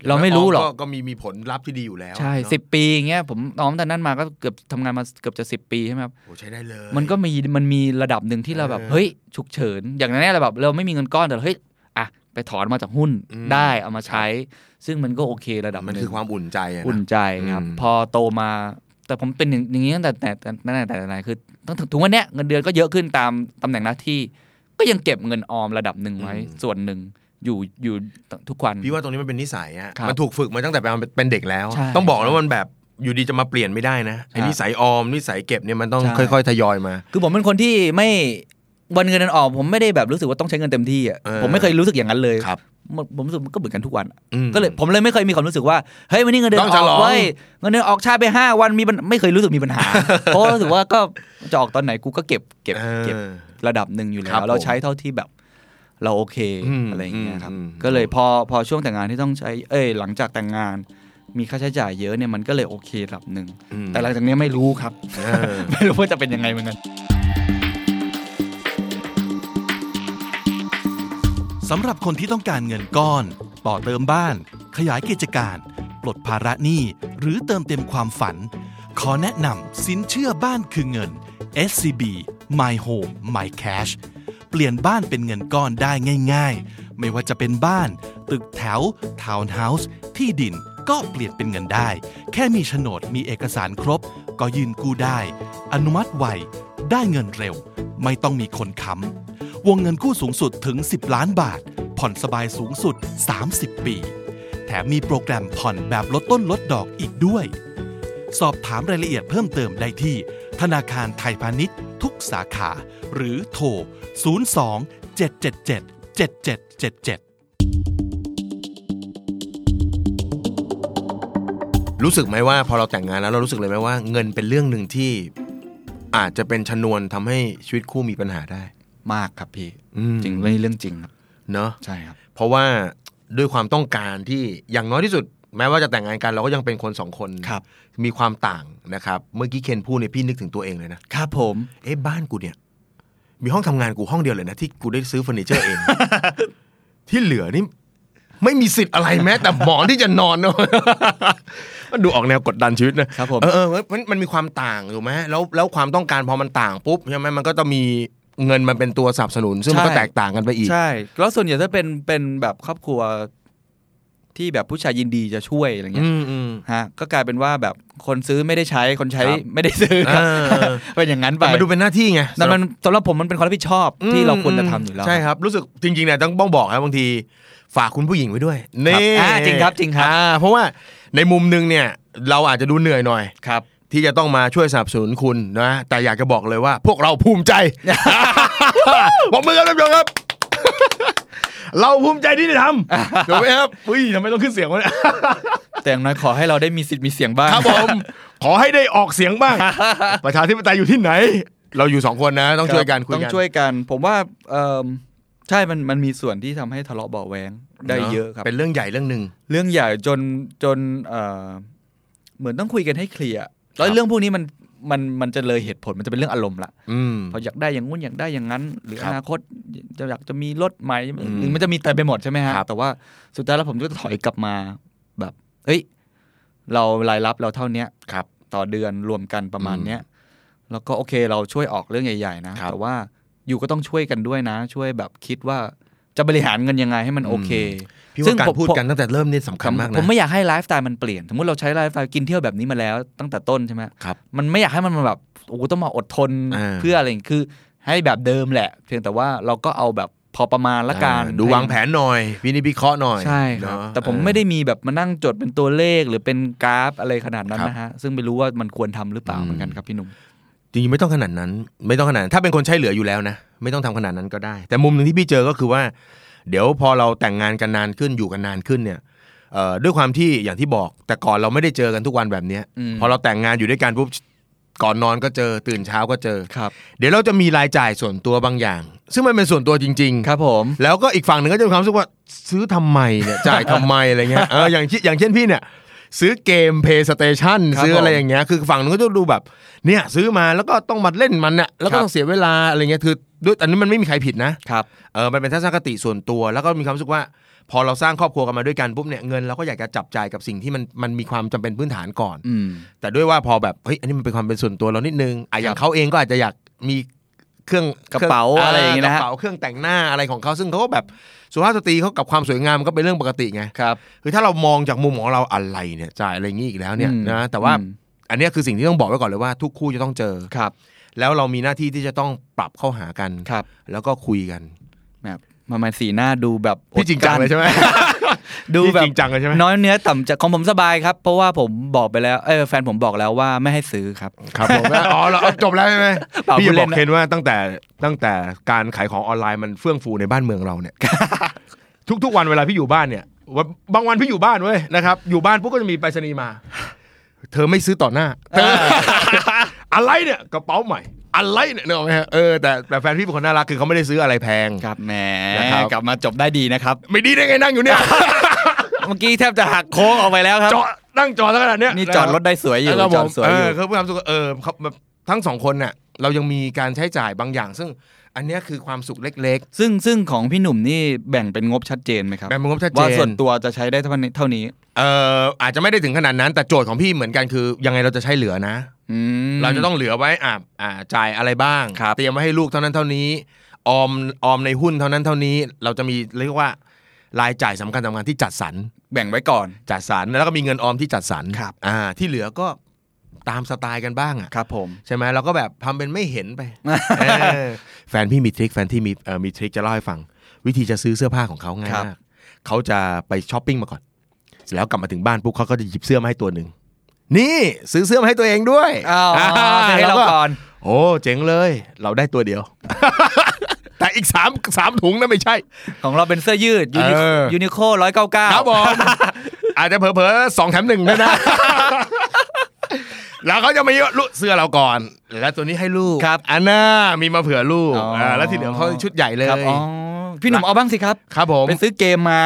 [SPEAKER 2] เราไม่รู้หรอก
[SPEAKER 1] ก็มีมีผลลัพธ์ที่ดีอยู่แล้ว
[SPEAKER 2] ใช่
[SPEAKER 1] เนอะ
[SPEAKER 2] สิบปีอย่างเงี้ยผมน้อมแต่นั้นมาก็เกือบทำงานมาเกือบจะสิบปีใช่ไหมครับ
[SPEAKER 1] โอ้ใช้ได้เลย
[SPEAKER 2] มันก็มีมันมีระดับหนึ่งที่เราแบบ
[SPEAKER 1] เออ
[SPEAKER 2] เฮ้ยฉุกเฉิน อย่างนั้นเนี่ยเราแบบเราไม่มีเงินก้อนแต่เฮ้ยอ่ะไปถอนมาจากหุ้น
[SPEAKER 1] อืม
[SPEAKER 2] ได้เอามาใช้ ซึ่งมันก็โอเคระดับห
[SPEAKER 1] มัน
[SPEAKER 2] นึ่
[SPEAKER 1] คื
[SPEAKER 2] ง
[SPEAKER 1] อความอุ่นใจอะนะ
[SPEAKER 2] อุ่นใจครับ
[SPEAKER 1] อืม
[SPEAKER 2] พอโตมา แต่ผมเป็นอย่างอย่างนี้ตั้งแต่แต่แต่ตั้งแต่แต่ไหนคือตั้งถึงถึงวันเนี้ยเงินเดือนก็เยอะขึ้นตามตำแหน่งหน้าที่ ก็ยังเก็บเงินออมระดับหนึ่งไว้ ส่วนหนึ่งอยู่อยู่ทุกวัน
[SPEAKER 1] พี่ว่าตรงนี้มันเป็นนิสัยอะ
[SPEAKER 2] ครับ
[SPEAKER 1] มันถูกฝึกมาตั้งแต่เป็นเป็นเด็กแล้ว
[SPEAKER 2] ใช่
[SPEAKER 1] ต้องบอกแล้วมันแบบอยู่ดีจะมาเปลี่ยนไม่ได้นะไอ้
[SPEAKER 2] ใช่
[SPEAKER 1] นิสัยออมนิสัยเก็บเนี่ยมันต้อง
[SPEAKER 2] ใช่
[SPEAKER 1] ค่อยๆทยอยมา
[SPEAKER 2] คือผมเป็นคนที่ไม่วันเงินเดือนออก ผมไม่ได้แบบรู้สึกว่าต้องใช้เงินเต็มที่อ่ะ
[SPEAKER 1] เออ
[SPEAKER 2] ผมไม่เคยรู้สึกอย่างนั้นเลย
[SPEAKER 1] ครับ
[SPEAKER 2] มันผมรู้สึกมันก็เหมือนกันทุกวันอะ
[SPEAKER 1] อืม
[SPEAKER 2] ก็เลยผมเลยไม่เคยมีความรู้สึกว่าเฮ้ยวันนี้เงินเดือนอ
[SPEAKER 1] ต้องฉลอ
[SPEAKER 2] อง กเว้ยเงินเดือนออกชาไปห้าวันมีปัญไม่เคยรู้สึกมีปัญ หา เพราะรู้สึกว่าก็จะออกตอนไหนกูก็เก็บเก็บ
[SPEAKER 1] เออ
[SPEAKER 2] เก็บระดับหนึ่งอยู่แล้
[SPEAKER 1] ครั
[SPEAKER 2] ว
[SPEAKER 1] บผม
[SPEAKER 2] เราใช้เท่าที่แบบเราโอเค
[SPEAKER 1] อืม
[SPEAKER 2] อะไรอย่างเงี้ยครับ
[SPEAKER 1] อืม
[SPEAKER 2] ก็เลยพอพอช่วงแต่งงานที่ต้องใช้เอ้ยหลังจากแต่งงาน มีค่าใช้จ่ายเยอะเนี่ยมันก็เลยโอเคระดับหนึ่ง
[SPEAKER 1] อืม
[SPEAKER 2] แต่หลังจากเนี้ยไม่รู้ครับ
[SPEAKER 1] เออ
[SPEAKER 2] ไม่รู้ว่าจะเป็นยังไงเหมือนกัน
[SPEAKER 3] สำหรับคนที่ต้องการเงินก้อน ต่อเติมบ้าน ขยายกิจการ ปลดภาระหนี้ หรือเติมเต็มความฝัน ขอแนะนำสินเชื่อบ้านคือเงิน SCB My Home My Cash เปลี่ยนบ้านเป็นเงินก้อนได้ง่ายๆ ไม่ว่าจะเป็นบ้าน ตึกแถว ทาวน์เฮาส์ ที่ดิน ก็เปลี่ยนเป็นเงินได้ แค่มีโฉนดมีเอกสารครบ ก็ยืนกู้ได้ อนุมัติไว ได้เงินเร็ว ไม่ต้องมีคนค้ำ วงเงินกู้สูงสุดถึง 10 ล้านบาท ผ่อนสบายสูงสุด 30 ปี แถมมีโปรแกรมผ่อนแบบลดต้นลดดอกอีกด้วย สอบถามรายละเอียดเพิ่มเติมได้ที่ ธนาคารไทยพาณิชย์ ทุกสาขา หรือโทร 02 777 7777
[SPEAKER 1] รู้สึกไหมว่าพอเราแต่งงานแล้วเรารู้สึกเลยไหมว่าเงินเป็นเรื่องหนึ่งที่อาจจะเป็นชนวนทำให้ชีวิตคู่มีปัญหาได้
[SPEAKER 2] มากครับพี่
[SPEAKER 1] อืม
[SPEAKER 2] จริงเรื่องนี้เรื่องจริงครับ
[SPEAKER 1] เนาะ
[SPEAKER 2] ใช่ครับ
[SPEAKER 1] เพราะว่าด้วยความต้องการที่อย่างน้อยที่สุด แม้ว่าจะแต่งงานกันเราก็ยังเป็นคนสองคน
[SPEAKER 3] ครับ
[SPEAKER 1] มีความต่างนะครับ เมื่อกี้เคนพูดเนี่ยพี่นึกถึงตัวเองเลยนะครับ
[SPEAKER 3] ผม
[SPEAKER 1] เอ๊ะบ้านกูเนี่ย มีห้องทำงานกูห้องเดียวเลยนะ ที่กูได้ซื้อเฟอร์นิเจอร์เอง ที่เหลือนี่ ไม่มีสิทธิ์อะไรแม้ แต่หมอนที่จะนอน เนอะ มันดูออกแนวกดดันชีวิตนะ
[SPEAKER 2] ครับผม
[SPEAKER 1] เออเออมันมันมีความต่างถูกไหมแล้วแล้วความต้องการพอมันต่างปุ๊บใช่ไหมมันก็จะมีเงินมันเป็นตัวสนับสนุน ซึ่งมันก็
[SPEAKER 2] ใช่
[SPEAKER 1] แตกต่างกันไปอีก
[SPEAKER 2] ใช่ แล้วส่วนใหญ่ถ้าเป็นเป็นแบบครอบครัวที่แบบผู้ชายยินดีจะช่วยอะไรเงี้ย
[SPEAKER 1] อืมอืม
[SPEAKER 2] ฮะก็กลายเป็นว่าแบบคนซื้อไม่ได้ใช้คนใช้
[SPEAKER 1] ครับ
[SPEAKER 2] ไม่ได้ซื้อ
[SPEAKER 1] เอ
[SPEAKER 2] ครับ
[SPEAKER 1] อ
[SPEAKER 2] เป็นอย่างนั้นไป
[SPEAKER 1] แต่มันดูเป็นหน้าที่ไง
[SPEAKER 2] แต่มันสำหรับผมมันเป็นความรับผิดชอบที่เราควรจะทำอยู่แล้ว
[SPEAKER 1] ใช่ครับ รู้สึกจริงๆเนี่ยต้องต้องบอกนะบางทีฝากคุณผู้หญิงไว้ด้วย
[SPEAKER 2] ครั
[SPEAKER 1] นี่
[SPEAKER 2] บอ่าจริงครับจริงครับ
[SPEAKER 1] อ่าเพราะว่าในมุมหนึงเนี่ย เราอาจจะดูเหนื่อยหน่อย
[SPEAKER 2] ครับ
[SPEAKER 1] ที่จะต้องมาช่วยสนับสนุนคุณนะแต่อยากจะบอกเลยว่า พวกเราภูมิใจ บอกมือครับท่านผู้ชมครับ เราภูมิใจที่ได้ทำถูกไหมครับอุ้ยทำไมต้องขึ้นเสียงวะเนี่ย
[SPEAKER 2] แต่อย่างน้อยขอให้เราได้มีสิทธิ์มีเสียงบ้าง
[SPEAKER 1] ครับผม ขอให้ได้ออกเสียง บ้าง ประชาธิปไตยอยู่ที่ไหน เราอยู่สองคนนะ ต้องช่วยกันคุย
[SPEAKER 2] ต้อง
[SPEAKER 1] กัน
[SPEAKER 2] ช่วยกันผมว่าเอิ่มใช่มันมันมีส่วนที่ทำให้ทะเลาะเบาะแวงได้
[SPEAKER 1] น
[SPEAKER 2] เยอะครับ
[SPEAKER 1] เป็นเรื่องใหญ่เรื่องหนึ่ง
[SPEAKER 2] เรื่องใหญ่จนจนเอ่อเหมือนต้องคุยกันให้เคลียร์แล้ว
[SPEAKER 1] ครับ
[SPEAKER 2] เรื่องพวกนี้มันมันมันจะเลยเหตุผลมันจะเป็นเรื่องอารมณ์ละ
[SPEAKER 1] อืม
[SPEAKER 2] พออยากได้อย่างงู้นอยากได้อย่างนั้น หรือ
[SPEAKER 1] ครั
[SPEAKER 2] อบ นาคตจะอยากจะมีรถใหม่
[SPEAKER 1] อืม
[SPEAKER 2] หรือมันจะมีแต่ไปหมดใช่ไหมฮะ
[SPEAKER 1] ครับ
[SPEAKER 2] แต่ว่าสุดท้ายแล้วผมก็ถอยกลับมาแบบเอ้ย เรารายรับเราเท่าเนี้ย
[SPEAKER 1] ครับ
[SPEAKER 2] ต่อเดือนรวมกันประมาณเนี้ยแล้วก็โอเคเราช่วยออกเรื่องใหญ่ ๆ นะ
[SPEAKER 1] ครับ
[SPEAKER 2] แต่ว่าอยู่ก็ต้องช่วยกันด้วยนะ ช่วยแบบคิดว่าจะบริหารเงินยังไงให้มันโอเค
[SPEAKER 1] พี่
[SPEAKER 2] ซึ่
[SPEAKER 1] ว่างการ
[SPEAKER 2] ผม
[SPEAKER 1] พูดกันตั้งแต่เริ่มนี่สำคัญมาก
[SPEAKER 2] ผ
[SPEAKER 1] นะ
[SPEAKER 2] มไม่อยากให้ไลฟ์สไตล์มันเปลี่ยน สมมติเราใช้ไลฟ์สไตล์กินเที่ยวแบบนี้มาแล้ว ตั้งแต่ต้นใช่ไหม
[SPEAKER 1] ครับ
[SPEAKER 2] มันไม่อยากให้มันมาแบบโอ้โหต้องมาอดทน
[SPEAKER 1] อ่า
[SPEAKER 2] เพื่ออะไรอย่างงี้คือให้แบบเดิมแหละ เพียงแต่ว่าเราก็เอาแบบพอประมาณละกัน
[SPEAKER 1] อ่าดูวางแผนหน่อยพี่นี่พี่เคราะห์หน่อย
[SPEAKER 2] ใช่ครับ
[SPEAKER 1] เนอะ
[SPEAKER 2] แต่ผม
[SPEAKER 1] เออ
[SPEAKER 2] ไม่ได้มีแบบมานั่งจดเป็นตัวเลขหรือเป็นกราฟอะไรขนาดนั้น
[SPEAKER 1] ครับ
[SPEAKER 2] นะฮะซึ่งไม่รู้ว่ามันควรทำหรือเปล่า
[SPEAKER 1] อืม
[SPEAKER 2] เหมือนกันครับพี่หนุ่ม
[SPEAKER 1] จริงๆไม่ต้องขนาดนั้น ไม่ต้องขนาดนั้นถ้าเป็นคนใช้เหลืออยู่แล้วนะ ไม่ต้องทำขนาดนั้นก็ได้ แต่มุมหนึ่งที่พี่เจอก็คือว่า เดี๋ยวพอเราแต่งงานกันนานขึ้นอยู่กันนานขึ้นเนี่ยเอ่อด้วยความที่อย่างที่บอก แต่ก่อนเราไม่ได้เจอกันทุกวันแบบเนี้ย
[SPEAKER 2] อืม
[SPEAKER 1] พอเราแต่งงานอยู่ด้วยกันปุ๊บก่อนนอนก็เจอตื่นเช้าก็เจอ
[SPEAKER 2] ครับ
[SPEAKER 1] เดี๋ยวเราจะมีรายจ่ายส่วนตัวบางอย่าง ซึ่งมันเป็นส่วนตัวจริง ๆ
[SPEAKER 2] ครับผม
[SPEAKER 1] แล้วก็อีกฝั่งหนึ่งก็จะมีความรู้สึกว่าซื้อทำไม เนี่ยจ่ายทำไมอะไรเงี้ยเอออย่างที่อย่างเช่นพี่เนี่ย ซื้อเกม PlayStation
[SPEAKER 2] ครับ
[SPEAKER 1] ซื้ออะไร
[SPEAKER 2] ผม
[SPEAKER 1] อย่างเงี้ยคือฝั่งหนึงก็จะดูแบบเนี่ยซื้อมาแล้วก็ต้องมาเล่นมันน่ะแล้ว
[SPEAKER 2] ครั
[SPEAKER 1] ก็
[SPEAKER 2] บ
[SPEAKER 1] ต้องเสียเวลาอะไรเงี้ยคือด้วยอันนี้มันไม่มีใครผิดนะครับ เออมันเป็นทัศนคติส่วนตัวแล้วก็มีความรู้สึกว่า พอเราสร้างครอบครัวกันมาด้วยกันปุ๊บเนี่ยเงินเราก็อยากจะจับจ่ายกับสิ่งที่มันมันมีความจำเป็นพื้นฐานก่อน
[SPEAKER 2] อืม
[SPEAKER 1] แต่ด้วยว่าพอแบบเฮ้ยอันนี้มันเป็นความเป็นส่วนตัวเรานิดนึงอ่ะอย่างเขาเองก็อาจจะอยากมีเครื่อง
[SPEAKER 2] กระเป๋า
[SPEAKER 1] คง
[SPEAKER 2] อะไรอย่างงี้นะ
[SPEAKER 1] ก
[SPEAKER 2] ฮะ
[SPEAKER 1] ระเป๋าเครื่องแต่งหน้าอะไรของเขาซึ่งเขาก็แบบสุภาพสตรีเขากับความสวยงามมันก็เป็นเรื่องปกติไง
[SPEAKER 2] ครับ
[SPEAKER 1] คือถ้าเรามองจากมุมของเราอะไรเนี่ยจ่ายอะไรอย่างงี้อีกแล้วเนี่ย
[SPEAKER 2] อืม
[SPEAKER 1] นะแต่ว่า
[SPEAKER 2] อืม
[SPEAKER 1] อันเนี้ยคือสิ่งที่ต้องบอกไว้ก่อนเลยว่าทุกคู่จะต้องเจอ
[SPEAKER 2] ครับ
[SPEAKER 1] แล้วเรามีหน้าที่ที่จะต้องปรับเข้าหากัน
[SPEAKER 2] ครับ
[SPEAKER 1] แล้วก็คุยกัน
[SPEAKER 2] แบบมามาสีหน้าดูแบบ
[SPEAKER 1] พี่จริงจัง เลยใช่ไหม
[SPEAKER 2] ดู
[SPEAKER 1] พี่
[SPEAKER 2] แบบ
[SPEAKER 1] จริงจังเลยใช่ไหม
[SPEAKER 2] น้อยเนื้อต่ำใจของผมสบายครับ เพราะว่าผมบอกไปแล้วเออแฟนผมบอกแล้วว่าไม่ให้ซื้อครับ
[SPEAKER 1] ครับผม อ๋อเราจบแล้วใช่ไหม
[SPEAKER 2] เปล่า
[SPEAKER 1] พี่
[SPEAKER 2] พู
[SPEAKER 1] จะ
[SPEAKER 2] ด
[SPEAKER 1] บ
[SPEAKER 2] เล่
[SPEAKER 1] อน ก
[SPEAKER 2] นะ
[SPEAKER 1] เคนว่าตั้งแต่ตั้งแต่การขายของออนไลน์มันเฟื่องฟูในบ้านเมืองเราเนี่ย ทุกๆวันเวลาพี่อยู่บ้านเนี่ยวันบางวันพี่อยู่บ้านเว้ยนะครับ อยู่บ้านปุ๊บก็จะมีไปรษณีย์มา เธอไม่ซื้อต่อห น้าเธออะไรเนี่ยกระเป๋าใหม่ อะไรเนี่ยนึกออกไหมฮะเออแต่แต่แฟนพี่เป็นคนน่ารักคือเขาไม่ได้ซื้ออะไรแพง
[SPEAKER 2] ครับแหม
[SPEAKER 1] นะครับ
[SPEAKER 2] กลับมาจบได้ดีนะครับ
[SPEAKER 1] ไม่ดีได้ไงนั่งอยู่ เนี่ย
[SPEAKER 2] เมื่อกี้แทบจะหักโค้งออกไปแล้วครับ
[SPEAKER 1] จอดนั่งจอดแล้วขนาดเนี้ย
[SPEAKER 2] นี่จอดรถได้สวยอยู่
[SPEAKER 1] แล้วผ
[SPEAKER 2] จอด
[SPEAKER 1] ม
[SPEAKER 2] สวย
[SPEAKER 1] เอ
[SPEAKER 2] อยู่
[SPEAKER 1] อเขาพยายามสุขเออเขาแบบทั้งสองคนเนี่ยเรายังมีการใช้จ่ายบางอย่าง ซึ่งอันเนี้ยคือความสุขเล็ก
[SPEAKER 2] ซึ่งซึ่งของพี่หนุ่มนี่แบ่งเป็นงบชัดเจนไหมครับ
[SPEAKER 1] แบ่งเป็นงบชัดเจน
[SPEAKER 2] ว่าส่วนตัวจะใช้ได้เท่านี้เท่านี้
[SPEAKER 1] ๆเอออาจจะไม่ได้ถึงขนาดนั้นแต่โจทย์ของพี่เหมือนกันคือ ยังไงเราจะใช้เหลือนะ
[SPEAKER 2] อืม
[SPEAKER 1] เราจะต้องเหลือไว้อ่าอ่าจ่ายอะไรบ้าง
[SPEAKER 2] ครับ
[SPEAKER 1] เตรียมไว้ให้ลูกเท่านั้นเท่านี้ ออมออมในหุ้นเท่านั้นเท่านี้ เราจะมีเรียกว่ารายจ่ายสำคัญสำคัญที่จัดสรร
[SPEAKER 2] แบ่งไว้ก่อน
[SPEAKER 1] จัดสรรแล้วก็มีเงินออมที่จัดสรร
[SPEAKER 2] ครับ
[SPEAKER 1] อ่าที่เหลือก็ตามสไตล์กันบ้างอ่ะ
[SPEAKER 2] ครับผม
[SPEAKER 1] ใช่ไหมเราก็แบบทำเป็นไม่เห็น ไปเออแฟนพี่มีทริคแฟนที่มีเอ่อมีทริคจะเล่าให้ฟัง วิธีจะซื้อเสื้อผ้าของเขาง่าย
[SPEAKER 2] ครับ
[SPEAKER 1] มากเขาจะไปช้อปปิ้งมาก่อน เสร็จแล้วกลับมาถึงบ้านปุ๊บเขาก็จะหยิบเสื้อมาให้ตัวหนึ่งนี่ซื้อเสื้อมาให้ตัวเองด้วย
[SPEAKER 2] อ๋อ
[SPEAKER 1] อ่
[SPEAKER 2] ให้เรา
[SPEAKER 1] แล้ว
[SPEAKER 2] ก่อน
[SPEAKER 1] โอ้เจ๋งเลย เราได้ตัวเดี ยว แต่อีกสามสามถุงนั่นไม่ใช่
[SPEAKER 2] ของเราเป็นเสื้อยืดยูนิ
[SPEAKER 1] เออ
[SPEAKER 2] ยูนิโคร้อยเก้าเก้า
[SPEAKER 1] ครับผม อาจจะเผลอๆสองแถมหนึ่งด้วยนะ แล้วเขาจะมาเยอะลุเสื้อเราก่อน แล้วตัวนี้ให้ลูก
[SPEAKER 2] ครับ
[SPEAKER 1] อันน่ามีมาเผื่อลูก
[SPEAKER 2] อ๋ออ่
[SPEAKER 1] าแล้วที่เหลือเขาชุดใหญ่เลย
[SPEAKER 2] ครับอ๋อพี่หนุ่มเอาบ้างสิครับ
[SPEAKER 1] ครับผม
[SPEAKER 2] เป็นซื้อเกมมา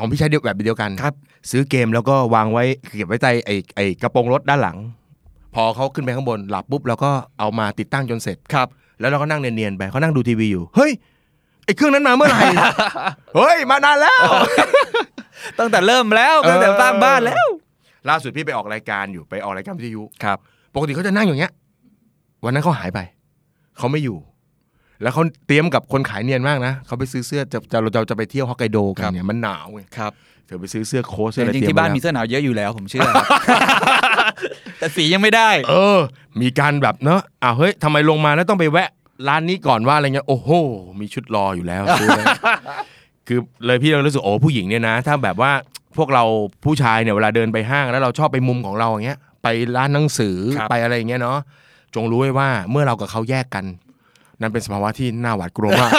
[SPEAKER 1] ของพี่ใช้เดียวแบบเดียวกัน
[SPEAKER 2] ครับ
[SPEAKER 1] ซื้อเกมแล้วก็วางไว้เก็บไว้ใจไอ้ไอ้กระโปรงรถด้านหลัง พอเขาขึ้นไปข้างบนหลับปุ๊บเราก็เอามาติดตั้งจนเสร็จครับ แล้วเราก็นั่งเนียนๆไปเขานั่งดูทีวีอยู่ เฮ้ยไอ้เครื่องนั้นมาเมื่อ ไหร่ เฮ้ยมานานแล้ว
[SPEAKER 2] ตั้งแต่เริ่มแล้วตั้งแต่สร้างบ้านแล้ว
[SPEAKER 1] ล่าสุดพี่ไปออกรายการอยู่ไปออกรายการวิทยุครับ ปกติเขาจะนั่งอย่างเงี้ย วันนั้นเขาหายไปเขาไม่อยู่ แล้วเขาเตรียมกับคนขายเนียนมากนะเขาไปซื้อเสื้อจะจะเราจะไปเที่ยวฮอกไกโดกันเนี่ยมันหนาวไง
[SPEAKER 2] ครับ
[SPEAKER 1] เธอไปซื้อเสื้อโค้ชเสื้อ
[SPEAKER 2] แต่
[SPEAKER 1] อะไร
[SPEAKER 2] จริง
[SPEAKER 1] เตรี
[SPEAKER 2] ๆ
[SPEAKER 1] ยม
[SPEAKER 2] ที่บ้าน
[SPEAKER 1] ไว้แล้ว
[SPEAKER 2] มีเสื้อหนาวเยอะอยู่แล้ว ผม เชื่อครับ แต่สียังไม่ได้
[SPEAKER 1] เออ มีการแบบเนอะอ้าวเฮ้ยทำไมลงมาแล้วต้องไปแวะ ร้านนี้ก่อนว่าอะไรเงี้ย โอ้โห มีชุดรออยู่แล้วซื้อเลย คือเลยพี่เรารู้สึกโอ้ผู้หญิงเนี่ยนะ ถ้าแบบว่าพวกเราผู้ชายเนี่ยเวลาเดินไปห้างแล้วเราชอบไปมุมของเราอย่างเงี้ย ไปร้านหนังสือ
[SPEAKER 2] ครับ
[SPEAKER 1] ไปอะไรอย่างเงี้ยเนาะ จงรู้ไว้ว่าเมื่อเรากับเขาแยกกัน นั่นเป็นสภาวะที่น่าหวาดกลัวมาก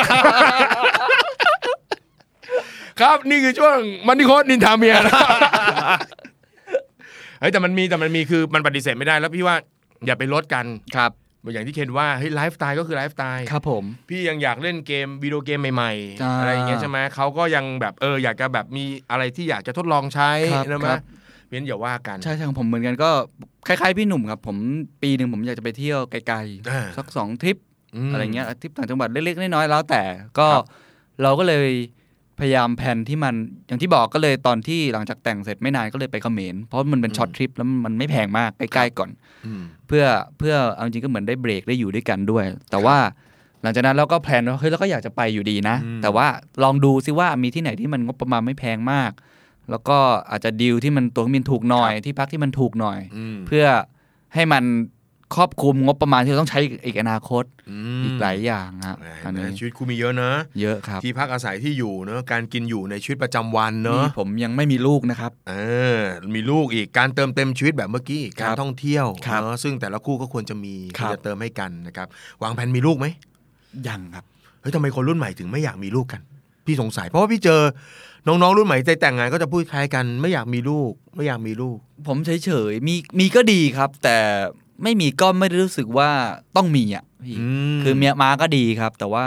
[SPEAKER 1] ครับนี่คือช่วงมันนิโคสนินทาเมียนะ เฮ้ยแต่มันมีแต่มันมีคือมันปฏิเสธไม่ได้แล้วพี่ว่าอย่าไปลดกัน
[SPEAKER 2] ครับ
[SPEAKER 1] อย่างที่เคนว่าเฮ้ยไลฟ์สไตล์ก็คือไลฟ์สไตล์
[SPEAKER 2] ครับผม
[SPEAKER 1] พี่ยังอยากเล่นเกมวิดีโอเกมใหม่
[SPEAKER 2] อ่า
[SPEAKER 1] ๆ อะไรอย่างเงี้ยใช่ไหมเขาก็ยังแบบเอออยากจะแบบมีอะไรที่อยากจะทดลองใช้
[SPEAKER 2] ครับ
[SPEAKER 1] ใช่ไหม
[SPEAKER 2] ครับ
[SPEAKER 1] เพียนอย่าว่ากัน
[SPEAKER 2] ใช่ใช่ของผมเหมือนกันก็คล้ายๆพี่หนุ่มครับ ผมปีหนึ่งผมอยากจะไปเที่ยวไกล
[SPEAKER 1] อ่า
[SPEAKER 2] ๆสักสองทริป
[SPEAKER 1] ม
[SPEAKER 2] อะไรเงี้ยทริปต่างจังหวัดเล็กๆน้อยๆแล้วแต่ก็
[SPEAKER 1] ครับ
[SPEAKER 2] เราก็เลยพยายามแผนที่มันอย่างที่บอกก็เลยตอนที่หลังจากแต่งเสร็จไม่นานก็เลยไปเขมรเพราะมันเป็น
[SPEAKER 1] อืม
[SPEAKER 2] ช็อตทริปแล้วมันไม่แพงมากใกล้ๆก่อน
[SPEAKER 1] อืม
[SPEAKER 2] เพื่อเพื่อเอาจริงก็เหมือนได้เบรกได้อยู่ด้วยกันด้วย แต่ว่าหลังจากนั้นเราก็แพลนว่าเฮ้ยเราก็อยากจะไปอยู่ดีนะ
[SPEAKER 1] อืม
[SPEAKER 2] แต่ว่าลองดูซิว่ามีที่ไหนที่มันงบประมาณไม่แพงมาก แล้วก็อาจจะดีลที่มันตัวเครื่องบินถูกหน่อยที่พักที่มันถูกหน่อย
[SPEAKER 1] อืม
[SPEAKER 2] เพื่อให้มันครอบคลุมงบประมาณที่เราต้องใช้อีกอนาคต
[SPEAKER 1] ม
[SPEAKER 2] อีกหลายอย่างฮะ
[SPEAKER 1] เห็
[SPEAKER 2] อัน
[SPEAKER 1] นไหม
[SPEAKER 2] นี้
[SPEAKER 1] ชีวิตครูมีเยอะนะ
[SPEAKER 2] เยอะครับ
[SPEAKER 1] ที่พักอาศัยที่อยู่เนอะการกินอยู่ในชีวิตประจำวันเนอะ
[SPEAKER 2] นี่ผมยังไม่มีลูกนะครับ
[SPEAKER 1] เออมีลูกอีกการเติมเต็มชีวิตแบบเมื่อกี้อีก
[SPEAKER 2] ครับ
[SPEAKER 1] การท่องเที่ยว
[SPEAKER 2] ครับ
[SPEAKER 1] เนาะซึ่งแต่ละคู่ก็ควรจะมี
[SPEAKER 2] ครั
[SPEAKER 1] คว
[SPEAKER 2] บ
[SPEAKER 1] รจะเติมให้กันนะครับวางแผนมีลูกไหม
[SPEAKER 2] ยังครับ
[SPEAKER 1] เฮ้ยทำไมคนรุ่นใหม่ถึงไม่อยากมีลูกกัน พี่สงสัยเพราะว่าพี่เจอน้องๆรุ่นใหม่ใจแต่งงานก็จะพูดคล้ายกันไม่อยากมีลูกไม่อยากมีลูก
[SPEAKER 2] ผมเฉยๆมีมีก็ดีครับ แต่ไม่มีก็ไม่ได้รู้สึกว่าต้องมีอ่ะพี่
[SPEAKER 1] อืม
[SPEAKER 2] คือเมียมาก็ดีครับ แต่ว่า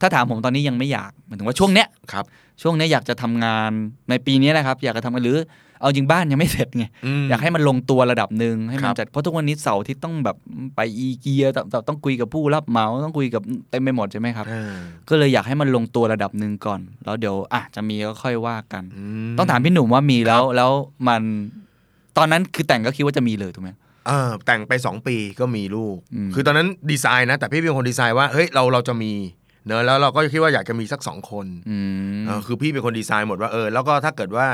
[SPEAKER 2] ถ้าถามผมตอนนี้ยังไม่อยากหมายถึงว่าช่วงเนี้ย
[SPEAKER 1] ครับ
[SPEAKER 2] ช่วงเนี้ยอยากจะทำงานในปีเนี้ยนะครับ อยากจะทำงานหรือเอาจริงบ้านยังไม่เสร็จไง
[SPEAKER 1] ม
[SPEAKER 2] อยากให้มันลงตัวระดับหนึ่งให้
[SPEAKER 1] ค
[SPEAKER 2] มั
[SPEAKER 1] รั
[SPEAKER 2] น
[SPEAKER 1] บ
[SPEAKER 2] จัดเพราะทุกวันนี้เสาร์อาที่ต้องแบบไปอีเกียต้องต้องคุยกับผู้รับเหมาต้องคุยกับเต็มไปหมดใช่ไหมครับ
[SPEAKER 1] เออ
[SPEAKER 2] ก็เลยอยากให้มันลงตัวระดับหนึ่งก่อน แล้วเดี๋ยวอ่ะจะมีก็ค่อยว่ากัน
[SPEAKER 1] ม
[SPEAKER 2] ต้องถามพี่หนุ่มว่ามีแล้วแล้วมันตอนนั้นคือแต่งก็คิดว่าจะมีเลยถูกไหม
[SPEAKER 1] เออแต่งไปสองปีก็มีลูก
[SPEAKER 2] อืม
[SPEAKER 1] คือตอนนั้นดีไซน์นะ แต่พี่เป็นคนดีไซน์ว่าเฮ้ยเราเราจะมีเนอะแล้วเราก็คิดว่าอยากจะมีสักสองคน
[SPEAKER 2] อืม
[SPEAKER 1] เออคือพี่เป็นคนดีไซน์หมดว่าเออแล้วก็ถ้าเกิดว่า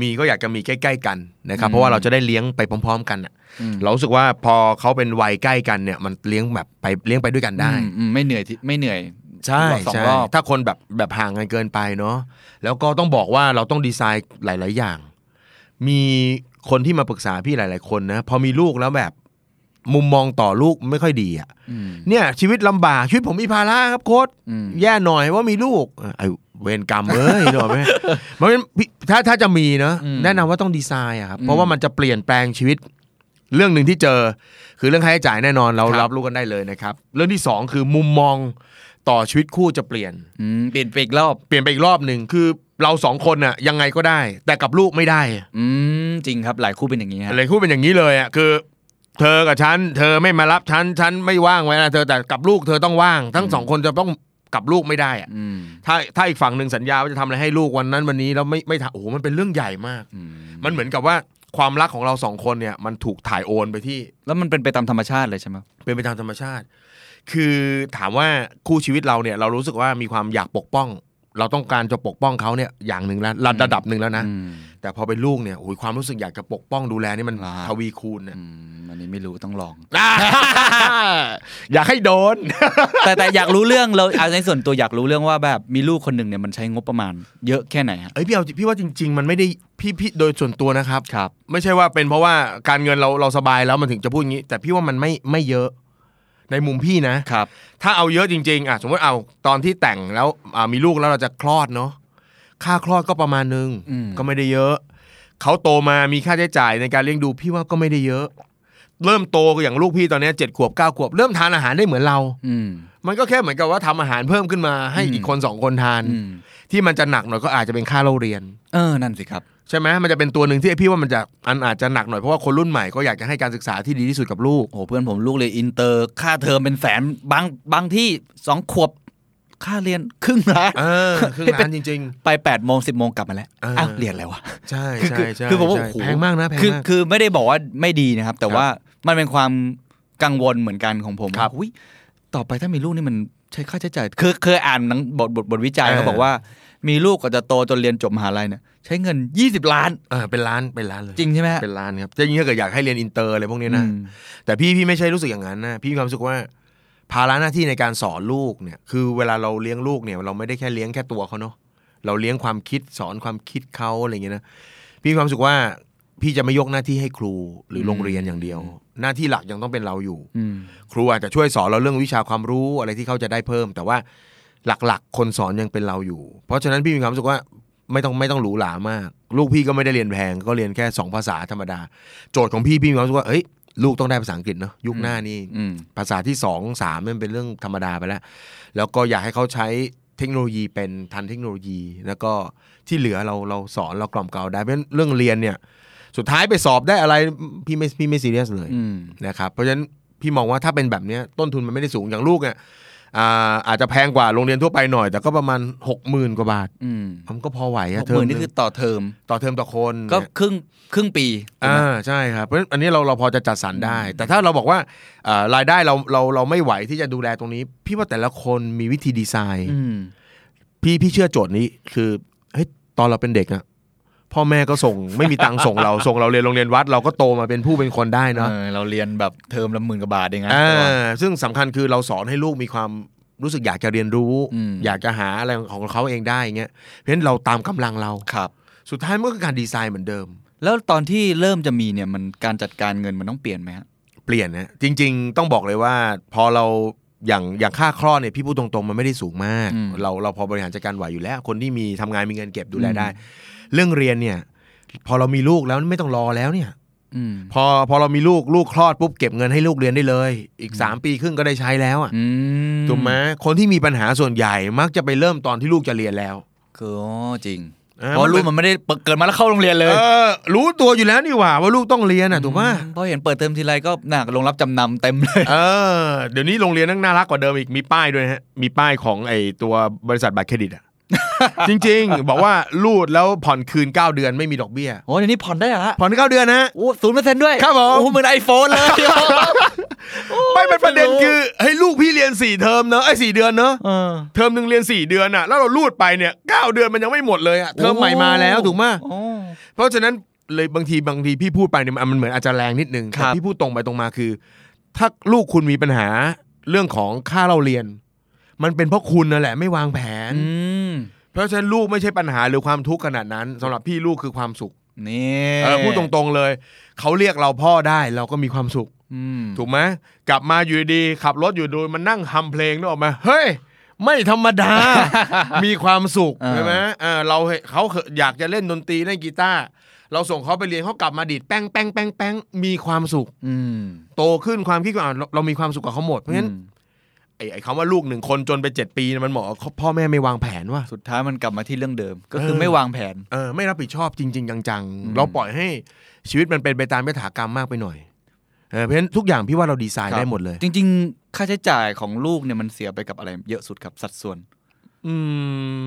[SPEAKER 1] มีก็อยากจะมีใกล้ ๆ กันนะครับ
[SPEAKER 2] อืม
[SPEAKER 1] เพราะว่าเราจะได้เลี้ยงไปพร้อม ๆ กันน่ะเรารู้สึกว่าพอเขาเป็นวัยใกล้กันเนี่ย มันเลี้ยงแบบไปเลี้ยงไปด้วยกันได้
[SPEAKER 2] อืมอืมไม่เหนื่อยที่ไม่เหนื่อย
[SPEAKER 1] ใช่
[SPEAKER 2] สอง
[SPEAKER 1] ใช่
[SPEAKER 2] รอบ
[SPEAKER 1] ถ้าคนแบบแบบห่างกันเกินไปเนาะแล้วก็ต้องบอกว่าเราต้องดีไซน์หลาย ๆ อย่าง มีคนที่มาปรึกษาพี่หลาย ๆ คนนะพอมีลูกแล้วแบบมุมมองต่อลูกไม่ค่อยดีอ่ะ
[SPEAKER 2] อืม
[SPEAKER 1] เนี่ยชีวิตลำบากชีวิตผมมีภาระครับโค้ด
[SPEAKER 2] อืม
[SPEAKER 1] แย่หน่อยว่ามีลูกเออไอเวรกรรมเอ้ยหน่อยไหมมันเป็นพี่ถ้าถ้าจะมีเนอะ
[SPEAKER 2] อืม
[SPEAKER 1] แนะนำว่าต้องดีไซน์อะครับ
[SPEAKER 2] อืม
[SPEAKER 1] เพราะว่ามันจะเปลี่ยนแปลงชีวิต เรื่องหนึ่งที่เจอ คือเรื่องค่าใช้จ่ายแน่นอนเรา
[SPEAKER 2] ครับ
[SPEAKER 1] รับรู้กันได้เลยนะครับ เรื่องที่สองคือมุมมองต่อชีวิตคู่จะเปลี่ยน
[SPEAKER 2] อืมเปลี่ยนไปอีกรอบ
[SPEAKER 1] เปลี่ยนไปอีกรอบหนึ่งคือเราสองคนอะยังไงก็ได้ แต่กับลูกไม่ได้อะ
[SPEAKER 2] อืมจริงครับหลายคู่เป็นอย่างนี้ฮะ
[SPEAKER 1] เลยคู่เป็นอย่างนี้เลยอะคือ เธอกับฉันเธอไม่มารับฉันฉันไม่ว่างไว้นะเธอแต่กับลูกเธอต้องว่าง ทั้งสองคนจะต้องกับลูกไม่ได้อะ
[SPEAKER 2] อืม
[SPEAKER 1] ถ้าถ้าอีกฝั่งหนึ่งสัญญาว่าจะทำอะไรให้ลูกวันนั้นวันนี้แล้วไม่ไม่ทำโอ้โหมันเป็นเรื่องใหญ่มาก
[SPEAKER 2] อืม
[SPEAKER 1] มันเหมือนกับว่าความรักของเราสองคนเนี่ย มันถูกถ่ายโอนไปที่
[SPEAKER 2] แล้วมันเป็นไปตามธรรมชาติเลยใช่ไหม
[SPEAKER 1] เป็นไปตามธรรมชาติ คือถามว่าคู่ชีวิตเราเนี่ย เรารู้สึกว่ามีความอยากปกป้อง เราต้องการจะปกป้องเขาเนี่ยอย่างหนึ่งแล้วระดับหนึ่งแล้วนะ
[SPEAKER 2] อืม
[SPEAKER 1] แต่พอเป็นลูกเนี่ยโอ้ยความรู้สึกอยากจะปกป้องดูแลนี่มัน
[SPEAKER 2] ครับ
[SPEAKER 1] ทวีคูณเนี่ย
[SPEAKER 2] อืมอันนี้ไม่รู้ต้องลอง
[SPEAKER 1] อ่า อยากให้โดน
[SPEAKER 2] แต่แต่อยากรู้เรื่องเราเอาในส่วนตัวอยากรู้เรื่องว่าแบบมีลูกคนหนึ่งเนี่ยมันใช้งบประมาณ เยอะแค่ไหนฮะ
[SPEAKER 1] เอ้ยพี่เอาพี่ว่าจริง ๆ มันไม่ได้พี่พี่โดยส่วนตัวนะครับ
[SPEAKER 2] ครับ
[SPEAKER 1] ไม่ใช่ว่าเป็นเพราะว่าการเงินเราเราสบายแล้วมันถึงจะพูดอย่างนี้ แต่พี่ว่ามันไม่ไม่เยอะ ในมุมพี่นะ
[SPEAKER 2] ครับ
[SPEAKER 1] ถ้าเอาเยอะจริง ๆอ่ะสมมติเอาตอนที่แต่งแล้วอ่ะมีลูกแล้วเราจะคลอดเนาะค่าคลอดก็ประมาณนึง
[SPEAKER 2] อืม
[SPEAKER 1] ก็ไม่ได้เยอะ เขาโตมามีค่าใช้จ่ายในการเลี้ยงดูพี่ว่าก็ไม่ได้เยอะ เริ่มโตอย่างลูกพี่ตอนเนี้ยเจ็ดขวบเก้าขวบ เริ่มทานอาหารได้เหมือนเรา
[SPEAKER 2] อืม
[SPEAKER 1] มันก็แค่เหมือนกับว่าทำอาหารเพิ่มขึ้นมาให้
[SPEAKER 2] อืม
[SPEAKER 1] อีกคนสองคนทาน
[SPEAKER 2] อืม
[SPEAKER 1] ที่มันจะหนักหน่อยก็อาจจะเป็นค่าเล่าเรียน
[SPEAKER 2] เออนั่นสิครับ
[SPEAKER 1] ใช่ไหมมันจะเป็นตัวหนึ่งที่พี่ว่ามันจะอันอาจจะหนักหน่อยเพราะว่าคนรุ่นใหม่ก็อยากจะให้การศึกษาที่ดีที่สุดกับลูก
[SPEAKER 2] โอ้โหเพื่อนผมลูกเลยนอินเตอร์ค่าเทอมเป็นแสนบางบางที่สองขวบค่าเรียนครึ่งละ
[SPEAKER 1] เออครึ่งล้านจริง
[SPEAKER 2] ไป8ปดโมงสิบโมงกลับมาแล้ว
[SPEAKER 1] เอออ้
[SPEAKER 2] อ้าวเรียนอะไรวะ
[SPEAKER 1] ๆ ใช่
[SPEAKER 2] คือ
[SPEAKER 1] ใช่
[SPEAKER 2] คือ
[SPEAKER 1] ใช่
[SPEAKER 2] คือผมว่า
[SPEAKER 1] ใช่
[SPEAKER 2] โอ้โห
[SPEAKER 1] แพงมากนะแพง
[SPEAKER 2] คือ
[SPEAKER 1] มาก
[SPEAKER 2] คือไม่ได้บอกว่าไม่ดีนะครับ แต่
[SPEAKER 1] ครับ
[SPEAKER 2] ว่ามันเป็นความกังวลเหมือนกันของผม
[SPEAKER 1] ครับ
[SPEAKER 2] ว่าอุ๊ยต่อไปถ้ามีลูกนี่มันใช้ค่าใช้จ่ายคือเคยอ่านหนังบทบทบทวิจัย
[SPEAKER 1] เออ
[SPEAKER 2] เขาบอกว่า มีลูกก็จะโตจนเรียนจบมหาลัยเนี่ยใช้เงิน 20 ล้าน
[SPEAKER 1] เออเป็นล้านเป็นล้านเลย
[SPEAKER 2] จริงใช่ไหมฮะ
[SPEAKER 1] เป็นล้านครับจริงๆถ้าเกิดอยากให้เรียนอินเตอร์อะไรพวกนี้นะ
[SPEAKER 2] อืม
[SPEAKER 1] แต่พี่พี่ไม่ใช่รู้สึกอย่างนั้นนะพี่มีความรู้สึกว่า ภาระหน้าที่ในการสอนลูกเนี่ย คือเวลาเราเลี้ยงลูกเนี่ย เราไม่ได้แค่เลี้ยงแค่ตัวเขาเนาะเราเลี้ยงความคิดสอนความคิดเขาอะไรอย่างเงี้ยนะพี่มีความรู้สึกว่าพี่จะไม่ยกหน้าที่ให้ครูหรือโรงเรียนอย่างเดียว หน้าที่หลักยังต้องเป็นเราอยู่
[SPEAKER 2] อืม
[SPEAKER 1] ครูอาจจะช่วยสอนเราเรื่องวิชาความรู้อะไรที่เขาจะได้เพิ่ม แต่ว่าหลักๆ คนสอนยังเป็นเราอยู่ เพราะฉะนั้นพี่มีความรู้สึกว่าไม่ต้องไม่ต้องหรูหรามาก ลูกพี่ก็ไม่ได้เรียนแพงก็เรียนแค่สองภาษาธรรมดา โจทย์ของพี่พี่มีความรู้สึกว่าเอ้ยลูกต้องได้ภาษาอังกฤษเนอะยุคหน้านี่
[SPEAKER 2] อืม
[SPEAKER 1] ภาษาที่สองสามมันเป็นเรื่องธรรมดาไปแล้ว แล้วก็อยากให้เขาใช้เทคโนโลยีเป็นทันเทคโนโลยี แล้วก็ที่เหลือเราเราสอนเรากล่อมเกลาได้เพราะฉะนั้นเรื่องเรียนเนี่ยสุดท้ายไปสอบได้อะไรพี่ไม่พี่ไม่ซีเรียสเลย
[SPEAKER 2] อืม
[SPEAKER 1] นะครับเพราะฉะนั้นพี่มองว่าถ้าเป็นแบบเนี้ยต้นทุนมันไม่ได้สูงอย่างลูกเนี่ยอ่าอาจจะแพงกว่าโรงเรียนทั่วไปหน่อย แต่ก็ประมาณ 6 0,000 กว่าบาท
[SPEAKER 2] อืม
[SPEAKER 1] มันก็พอไหว
[SPEAKER 2] ห
[SPEAKER 1] อะ
[SPEAKER 2] ก
[SPEAKER 1] เทอม
[SPEAKER 2] หมื่น
[SPEAKER 1] ห
[SPEAKER 2] นี่
[SPEAKER 1] ง
[SPEAKER 2] คือต่อเทอม
[SPEAKER 1] ต่อเทอมต่อคน
[SPEAKER 2] ก็
[SPEAKER 1] เนี่ย
[SPEAKER 2] ครึ่งครึ่งปี
[SPEAKER 1] อ่าใช่ครับเพราะฉะนั้นอันนี้เราเราพอจะจัดสรรได้ แต่ถ้าเราบอกว่าอ่ารายได้เราเราเราไม่ไหวที่จะดูแลตรงนี้ พี่ว่าแต่ละคนมีวิธีดีไซน์
[SPEAKER 2] อืม
[SPEAKER 1] พี่พี่เชื่อโจทย์นี้คือเฮ้ยตอนเราเป็นเด็กอะพ่อแม่ก็ส่งไม่มีตังค์ส่งเราส่งเราเรียนโรงเรียนวัด เราก็โตมาเป็นผู้เป็นคนได้เนาะ
[SPEAKER 2] เออเราเรียนแบบเทอมละหมื่นกว่าบาทเองนะ
[SPEAKER 1] อ่าซึ่งสำคัญคือเราสอนให้ลูกมีความรู้สึกอยากจะเรียนรู้
[SPEAKER 2] อืม
[SPEAKER 1] อยากจะหาอะไรของเขาเองได้อย่างเงี้ยเพราะฉะนั้นเราตามกำลังเรา
[SPEAKER 2] ครับ
[SPEAKER 1] สุดท้ายมันก็คือการดีไซน์เหมือนเดิม
[SPEAKER 2] แล้วตอนที่เริ่มจะมีเนี่ยมันการจัดการเงินมันต้องเปลี่ยนไหมฮะ
[SPEAKER 1] เปลี่ยนนะจริง ๆ ต้องบอกเลยว่า พอเราอย่างอย่างค่าคลอดเนี่ยพี่พูดตรงๆ มันไม่ได้สูงมาก เราเราพอบริหารจัดการไหวอยู่แล้ว คนที่มีทำงานมีเงินเก็บดูแลได้ เรื่องเรียนเนี่ย พอเรามีลูกแล้วไม่ต้องรอแล้วเนี่ย
[SPEAKER 2] อืม
[SPEAKER 1] พอพอเรามีลูกลูกคลอดปุ๊บเก็บเงินให้ลูกเรียนได้เลย อีกสามปีครึ่งก็ได้ใช้แล้วอ่ะ
[SPEAKER 2] อืม
[SPEAKER 1] ถูกไหมคนที่มีปัญหาส่วนใหญ่มักจะไปเริ่มตอนที่ลูกจะเรียนแล้ว
[SPEAKER 2] คืออ๋อจริง
[SPEAKER 1] ออ
[SPEAKER 2] เพราะลูกมันไม่ได้เกิดมาแล้วเข้าโรงเรียนเล
[SPEAKER 1] เอย อ รู้ตัวอยู่แล้วนี่หว่า ว่าลูกต้องเรียน อ่ะถูกไหม
[SPEAKER 2] เพราะเห็นเปิดเทอมทีไรก็หนักลงรับจำนำเต็มเลย
[SPEAKER 1] เออ เดี๋ยวนี้โรงเรียนนั่งน่ารักกว่าเดิมอีกมีป้ายด้วยนะฮะมีป้ายของไอตัวบริษัทบัตรเครดิต อ่ะ จริง ๆ บอกว่ารูดแล้วผ่อนคืน 9 เดือนไม่มีดอกเบี้ย
[SPEAKER 2] โอ้เดี๋ยวนี้ผ่อนได้เหรอฮะ
[SPEAKER 1] ผ่อน9เดือนนะ
[SPEAKER 2] โอ้ศูนย์เปอร์เซ็นต์ด้วย
[SPEAKER 1] ครับผม
[SPEAKER 2] โอ้เหมือนไอโฟนเลย
[SPEAKER 1] ไม่เป็นประเด็นคือให้ลูกพี่เรียน 4 เทอมเนอะไอ้ยสี่เดื อนเนอะ
[SPEAKER 2] เออ
[SPEAKER 1] เทอมหนึ่งเรียน 4 เดือนอ่ะแล้วเรารูดไปเนี่ย9เดือนมันยังไม่หมดเลยอ่ะเทอมใหม่มาแล้วถูกไหม
[SPEAKER 2] โอ้
[SPEAKER 1] เพราะฉะนั้นเลยบางทีบางทีพี่พูดไปเนี่ยมันมันเหมือนอาจจะแรงนิดนึง
[SPEAKER 2] ครั
[SPEAKER 1] แต่
[SPEAKER 2] บ
[SPEAKER 1] พี่พูดตรงไปตรงมาคือ ถ้าลูกคุณมีปัญหาเรื่องของค่าเราเรียน มันเป็นเพราะคุณนั่นแหละไม่วางแผน
[SPEAKER 2] อืม
[SPEAKER 1] เพราะฉะนั้นลูกไม่ใช่ปัญหาหรือความทุกข์ขนาดนั้นสำหรับพี่ลูกคือความสุข
[SPEAKER 2] นี่
[SPEAKER 1] เออพูดตรงๆเลย เขาเรียกเราพ่อได้เราก็มีความสุข
[SPEAKER 2] ๆอืม
[SPEAKER 1] ถูกไหมกลับมาอยู่ดีๆขับรถอยู่โดยมันนั่งฮัมเพลงนึกออกไหมาเฮ้ย ไม่ธรรม ดา มีความสุขใช่ไหมเออเราเห็นเขาอยากจะเล่นดนตรีเล่นกีตาร์เราส่งเขาไปเรียนเขากลับมาดีดแป้งแป้งแป้งแป้งมีความสุข
[SPEAKER 2] อืม
[SPEAKER 1] โตขึ้นความคิดก็อ่านเราเรามีความสุขกับเขาหมดเพราะฉะนั้น
[SPEAKER 2] อืม
[SPEAKER 1] ไอ้ไอ้คำว่าลูกหนึ่งคนจนไปเจ็ดปีเนี่ยมันเหมาะกับพ่อแม่ไม่วางแผนว่า
[SPEAKER 2] สุดท้ายมันกลับมาที่เรื่องเดิม ก็คือ
[SPEAKER 1] เออ
[SPEAKER 2] ไม่วางแผน
[SPEAKER 1] เออไม่รับผิดชอบจริง ๆ จังๆ เราปล่อยให้ชีวิตมันเป็นไปตามยถากรรมมากไปหน่อยเออเพราะฉะนั้นทุกอย่างพี่ว่าเราดีไซน์
[SPEAKER 2] ครับ
[SPEAKER 1] ได้หมดเลย
[SPEAKER 2] จริงๆ ค่าใช้จ่ายของลูกเนี่ยมันเสียไปกับอะไรเยอะสุดครับสัดส่วน
[SPEAKER 1] อื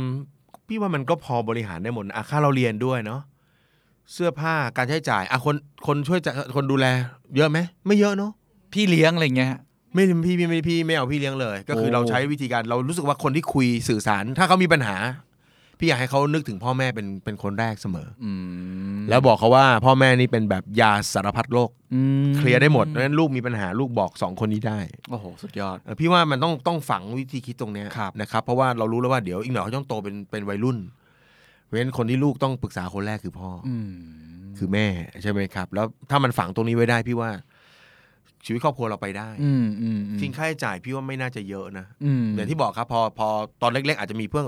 [SPEAKER 1] มพี่ว่ามันก็พอบริหารได้หมดนะอ่ะค่าเราเรียนด้วยเนาะเสื้อผ้าการใช้จ่ายอ่ะคนคนช่วยจะคนดูแล เยอะไหมไม่เยอะเนาะ
[SPEAKER 2] พี่เลี้ยงอะไรเงี้ยฮะ
[SPEAKER 1] ไม่พี่พี่ไม่พี่ไม่เอาพี่เลี้ยงเลย ก็คือ
[SPEAKER 2] โอ้
[SPEAKER 1] เราใช้วิธีการเรารู้สึกว่าคนที่คุยสื่อสาร ถ้าเขามีปัญหา พี่อยากให้เขานึกถึงพ่อแม่เป็นเป็นคนแรกเสมอ
[SPEAKER 2] อืม
[SPEAKER 1] อแล้วบอกเขาว่าพ่อแม่นี่เป็นแบบยาสารพัดโรค
[SPEAKER 2] อืม
[SPEAKER 1] เคลียร์ได้หมดเพราะฉะนั้นลูกมีปัญหาลูกบอกสองคนนี้ได้
[SPEAKER 2] โอ้โห สุดยอด
[SPEAKER 1] เออพี่ว่ามันต้องต้องฝังวิธีคิดตรงเนี้ย
[SPEAKER 2] ครับ
[SPEAKER 1] นะครับ เพราะว่าเรารู้แล้วว่าเดี๋ยวอีกหน่อยเขาต้องโตเป็นเป็นวัยรุ่นเพราะฉะนั้นคนที่ลูกต้องปรึกษาคนแรกคือพ่ออ
[SPEAKER 2] อืม
[SPEAKER 1] คือแม่ใช่ไหมครับ แล้วถ้ามันฝังตรงนี้ไว้ได้พี่ว่า ชีวิตครอบครัวเราไปได้
[SPEAKER 2] อืมอืมอืม
[SPEAKER 1] ทิ้งค่าใช้จ่ายพี่ว่าไม่น่าจะเยอะนะ
[SPEAKER 2] อืม
[SPEAKER 1] อย่างที่บอกครับพอพอตอนเล็ก ๆ อาจจะมีเพื่อ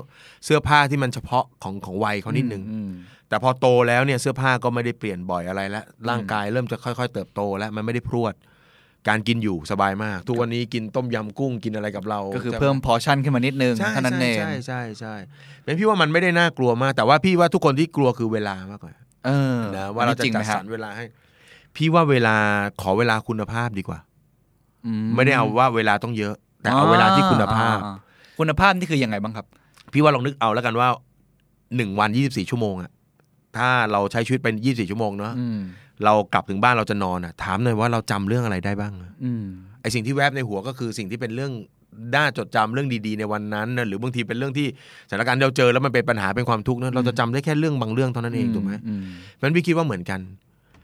[SPEAKER 1] เสื้อผ้าที่มันเฉพาะของของวัยเขานิดนึง
[SPEAKER 2] อืม
[SPEAKER 1] แต่พอโตแล้วเนี่ยเสื้อผ้าก็ไม่ได้เปลี่ยนบ่อยอะไรแล้วร่างกายเริ่มจะค่อย ๆ เติบโตแล้วมันไม่ได้พรวด การกินอยู่สบายมาก ทุกวันนี้กินต้มยำกุ้งกินอะไรกับเรา
[SPEAKER 2] ก็คือเพิ่มพอชั่นขึ้นมานิดนึง
[SPEAKER 1] ใช่
[SPEAKER 2] เท่านั้นเอง
[SPEAKER 1] ใช่ใช่ใช่เป็นพี่ว่ามันไม่ได้น่ากลัวมาก แต่ว่าพี่ว่าทุกคนที่กลัวคือเวลามากกว่า
[SPEAKER 2] เออ
[SPEAKER 1] นะว่าเราจะ
[SPEAKER 2] อันนี้งไห
[SPEAKER 1] จัดส
[SPEAKER 2] มคบ
[SPEAKER 1] รรเวลาให้ พี่ว่าเวลาขอเวลาคุณภาพดีกว่า
[SPEAKER 2] อื
[SPEAKER 1] ไม่ได้เอาว่าเวลาต้องเยอะ แต่เอาเวลาที่คุณภาพ
[SPEAKER 2] อ่อ่คุณภาพนี่คือยังไงบ้างครับ
[SPEAKER 1] พี่ว่าลองนึกเอาแล้วกันว่าหนึ่งวันยี่สิบสี่ชั่วโมงอะถ้าเราใช้ชีวิตเป็นยี่สิบสี่ชั่วโมงเนาะ
[SPEAKER 2] อืม
[SPEAKER 1] เรากลับถึงบ้านเราจะนอนอะถามหน่อยว่าเราจำเรื่องอะไรได้บ้างอะ
[SPEAKER 2] อืม
[SPEAKER 1] ไอสิ่งที่แวบในหัวก็คือสิ่งที่เป็นเรื่องน่าจดจำเรื่องดีๆในวันนั้นนะหรือบางทีเป็นเรื่องที่สถานการณ์ที่เราเจอแล้วมันเป็นปัญหาเป็นความทุกข์นะเราจะจำได้แค่เรื่องบางเรื่องเท่านั้นเองถูกไหม
[SPEAKER 2] อื
[SPEAKER 1] เพราะฉะนั้นพี่คิดว่าเหมือนกัน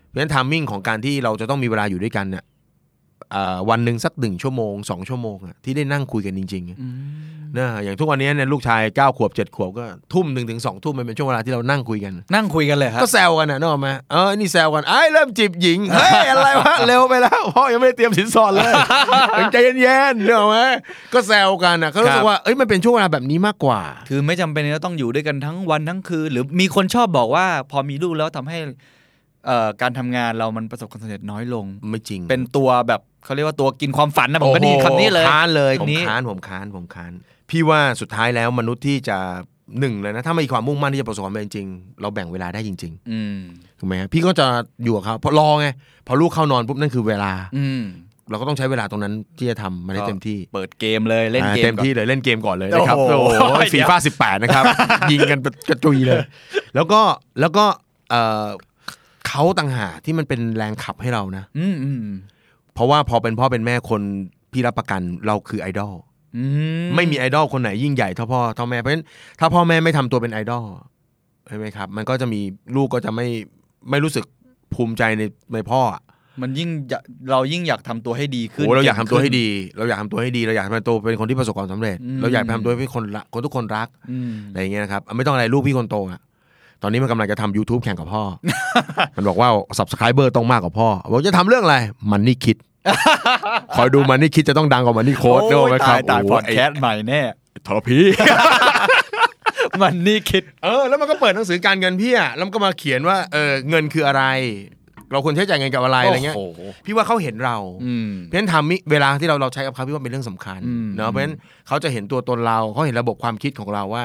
[SPEAKER 1] เพราะฉะนั้นทามมิ่งของการที่เราจะต้องมีเวลาอยู่ด้วยกันเนี่ยเอ่อวันหนึ่งสักหนึ่งชั่วโมงสองชั่วโมงอะที่ได้นั่งคุยกันจริงๆอะ
[SPEAKER 2] อืม
[SPEAKER 1] นะอย่างทุกวันนี้เนี่ยลูกชาย 9 ขวบ 7 ขวบก็ทุ่มหนึ่งถึงสองทุ่มมันเป็นช่วงเวลาที่เรานั่งคุยกัน
[SPEAKER 2] นั่งคุยกันเลยครับ
[SPEAKER 1] ก็แซวกันนะนึกออกไหมเออนี่แซวกันไอ้ยเริ่มจีบ หญิง เฮ้ย อะไรวะ เร็วไปแล้วพ่อยังไม่ได้เตรียมสินสอดเลย ใจเย็นๆนึกออกไหมก็แซวกันนะก็รู้สึกว่าเอ้ยมันเป็นช่วงเวลาแบบนี้มากกว่า
[SPEAKER 2] คือไม่จำเป็นจะต้องอยู่ด้วยกันทั้งวันทั้งคืนหรือมีคนชอบบอกว่า พอมีลูกแล้วทำให้เอ่อการทำงานเรามันประสบความสำเร็จน้อยลง
[SPEAKER 1] ไม่จริง
[SPEAKER 2] เป็นตัวแบบเขาเรียกว่าตัวกินความฝันนะผมก็ได้ยินคำนี้เลย
[SPEAKER 1] โอ้โหค้านเลยผ
[SPEAKER 2] คำ
[SPEAKER 1] ม
[SPEAKER 2] นี้
[SPEAKER 1] ค้านผมค้านผมค้านพี่ว่าสุดท้ายแล้วมนุษย์ที่จะหนึ่งเลยนะ ถ้ามีความมุ่งมั่นที่จะประสบความสำเร็จจริงเราแบ่งเวลาได้จริง
[SPEAKER 2] อืม
[SPEAKER 1] ๆถูกไหมฮะพี่ก็จะอยู่กับเขาเพราะรอไงพอลูกเข้านอนปุ๊บนั่นคือเวลา
[SPEAKER 2] อืม
[SPEAKER 1] เราก็ต้องใช้เวลาตรงนั้นที่จะทำมันให้
[SPEAKER 2] ก็
[SPEAKER 1] เต็มที่
[SPEAKER 2] เปิดเกมเลยเล่น
[SPEAKER 1] อ่า
[SPEAKER 2] เกม
[SPEAKER 1] เต็ม
[SPEAKER 2] ก่อน
[SPEAKER 1] ที่เลยเล่นเกมก่อนเลยนะครับ
[SPEAKER 2] โอ้โห
[SPEAKER 1] ฟีฟ่าสิบแปด นะครับ ยิงกันกระจุยเลย แล้วก็แล้วก็เอ่อเขาต่างหากที่มันเป็นแรงขับให้เรานะ
[SPEAKER 2] ืมอืม
[SPEAKER 1] เพราะว่าพอเป็นพ่อเป็นแม่คนพี่รับประกันเราคือไอดอล
[SPEAKER 2] อืม
[SPEAKER 1] ไม่มีไอดอลคนไหนยิ่งใหญ่เท่าพ่อเท่าแม่เพราะฉะนั้นถ้าพ่อแม่ไม่ทำตัวเป็นไอดอลใช่ไหมครับ มันก็จะมีลูกก็จะไม่ไม่รู้สึกภูมิใจในในพ่ออะ
[SPEAKER 2] มันยิ่งอยากเรายิ่งอยากทำตัวให้ดีขึ้น
[SPEAKER 1] โอ้เราอยากทำตัวให้
[SPEAKER 2] เงขึ้น
[SPEAKER 1] ดี เราอยากทำตัวให้ดี เราอยากทำตัวเป็นคนที่ประสบความสำเร็จ
[SPEAKER 2] อืม
[SPEAKER 1] เราอยากทำตัวให้คนรักคนทุกคนรัก
[SPEAKER 2] อืม
[SPEAKER 1] อะไรอย่างเงี้ยนะครับอ่ะไม่ต้องอะไรลูกพี่คนโตอ่ะตอนนี้มันกำลังจะทำ YouTube แข่งกับ พ่อ มันบอกว่า subscriber ต้องมากกว่าพ่อบอกจะทำเรื่องอะไรมันนี่ คิด คอยดูมันนี่คิดจะต้องดังกว่ามันนี่โค้ด
[SPEAKER 2] โอ้ย
[SPEAKER 1] ด้วยไหมครับ
[SPEAKER 2] ตาย
[SPEAKER 1] โโห
[SPEAKER 2] พอดแคสต์ใหม่แน่
[SPEAKER 1] ไอ้ทรพี
[SPEAKER 2] มันนี่คิด
[SPEAKER 1] เออแล้วมันก็เปิดหนังสือการเงินพี่อ่ะแล้วมันก็มาเขียนว่าเออเงินคืออะไร เราควรใช้จ่ายเงินกับอะไรอะไรเงี้ย
[SPEAKER 2] โอ้โห
[SPEAKER 1] พี่ว่าเขาเห็นเรา
[SPEAKER 2] อืม
[SPEAKER 1] เพราะฉะนั้นทำมิเวลาที่เราเราใช้กับเขาพี่ว่าเป็นเรื่องสำคัญ
[SPEAKER 2] อืม
[SPEAKER 1] เนาะเพราะฉะนั้นเขาจะเห็นตัวตนเราเขาเห็นระบบความคิดของเราว่า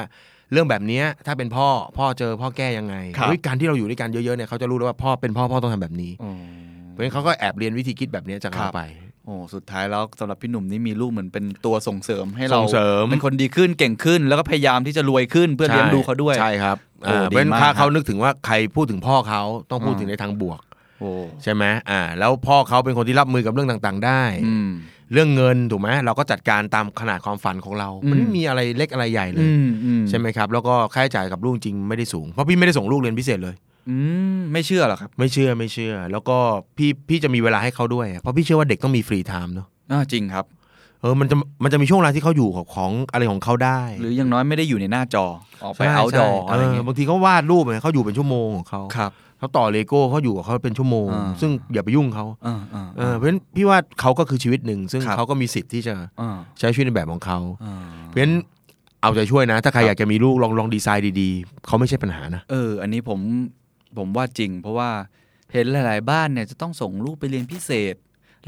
[SPEAKER 1] เรื่องแบบเนี้ยถ้าเป็นพ่อพ่อเจอพ่อแก้ยังไง
[SPEAKER 2] ครับ
[SPEAKER 1] เฮ้ยการที่เราอยู่ด้วยกันเยอะๆเนี่ยเขาจะรู้แล้วว่าพ่อเป็นพ่อพ่อต้องทำแบบนี้
[SPEAKER 2] โอ้
[SPEAKER 1] เพราะฉะนั้นเขาก็แอบเรียนวิธีคิดแบบเนี้ยจากเราไป
[SPEAKER 2] โอ้สุดท้ายแล้วสำหรับพี่หนุ่มนี่มีลูกเหมือนเป็นตัวส่งเสริมให้เรา
[SPEAKER 1] ส่งเสริม
[SPEAKER 2] เป็นคนดีขึ้นเก่งขึ้น แล้วก็พยายามที่จะรวยขึ้นเพื่อเลี้ยงดูเขาด้วย
[SPEAKER 1] ใช่ครับ
[SPEAKER 2] โอ้
[SPEAKER 1] อ่า
[SPEAKER 2] ดี
[SPEAKER 1] เพราะฉะนั้น
[SPEAKER 2] มาก
[SPEAKER 1] ถ้า
[SPEAKER 2] ครับ
[SPEAKER 1] เขานึกถึงว่าใครพูดถึงพ่อเขาต้องพูดถึงในทางบวก
[SPEAKER 2] โอ้
[SPEAKER 1] ใช่ไหมอ่า แล้วพ่อเขาเป็นคนที่รับมือกับเรื่องต่างๆ ได้
[SPEAKER 2] อืม
[SPEAKER 1] เรื่องเงินถูกไหมเราก็จัดการตามขนาดความฝันของเรา มันไม่มีอะไรเล็กอะไรใหญ่เลย
[SPEAKER 2] อืมอืม
[SPEAKER 1] ใช่ไหมครับแล้วก็ค่าใช้จ่ายกับลูกจริงไม่ได้สูงเพราะพี่ไม่ได้ส่งลูกเรียนพิเศษเลย
[SPEAKER 2] อืมไม่เชื่อหรอครับ
[SPEAKER 1] ไม่เชื่อไม่เชื่อ แล้วก็พี่พี่จะมีเวลาให้เขาด้วยอะเพราะพี่เชื่อว่าเด็กต้องมีฟรีไทม์เนาะ
[SPEAKER 2] อ่าจริงครับ
[SPEAKER 1] เออมันจะมันจะมีช่วงเวลาที่เขาอยู่ของของอะไรของเขาได้
[SPEAKER 2] หรืออย่างน้อยไม่ได้อยู่ในหน้าจอออกไป
[SPEAKER 1] ใช่
[SPEAKER 2] เอาดอ
[SPEAKER 1] ใช่
[SPEAKER 2] อะไรอย่าง
[SPEAKER 1] เอ
[SPEAKER 2] เงี้
[SPEAKER 1] อย บางทีเขาวาดรูปเนี่ยเขาอยู่เป็นชั่วโมงของเขา
[SPEAKER 2] ครับ
[SPEAKER 1] เขาต่อเลโก้เขาอยู่กับเขาเป็นชั่วโมง
[SPEAKER 2] อ่า
[SPEAKER 1] ซึ่งอย่าไปยุ่งเขา
[SPEAKER 2] อ่าอ่า
[SPEAKER 1] เออเพราะฉะนั้นพี่ว่าเขาก็คือชีวิตหนึ่งซึ่ง
[SPEAKER 2] ครับ
[SPEAKER 1] เขาก็มีสิทธิ์ที่จะ
[SPEAKER 2] อ่า
[SPEAKER 1] ใช้ชีวิตในแบบของเขา
[SPEAKER 2] อ่า
[SPEAKER 1] เพราะฉะนั้นเอาใจช่วยนะ ถ้าใคร
[SPEAKER 2] ครับ
[SPEAKER 1] อยากจะมีลูกลองลองดีไซน์ดีๆเขาไม่ใช่ปัญหานะ
[SPEAKER 2] เออ อันนี้ผมผมว่าจริง เพราะว่าเห็นหลาย ๆ บ้านเนี่ยจะต้องส่งลูกไปเรียนพิเศษ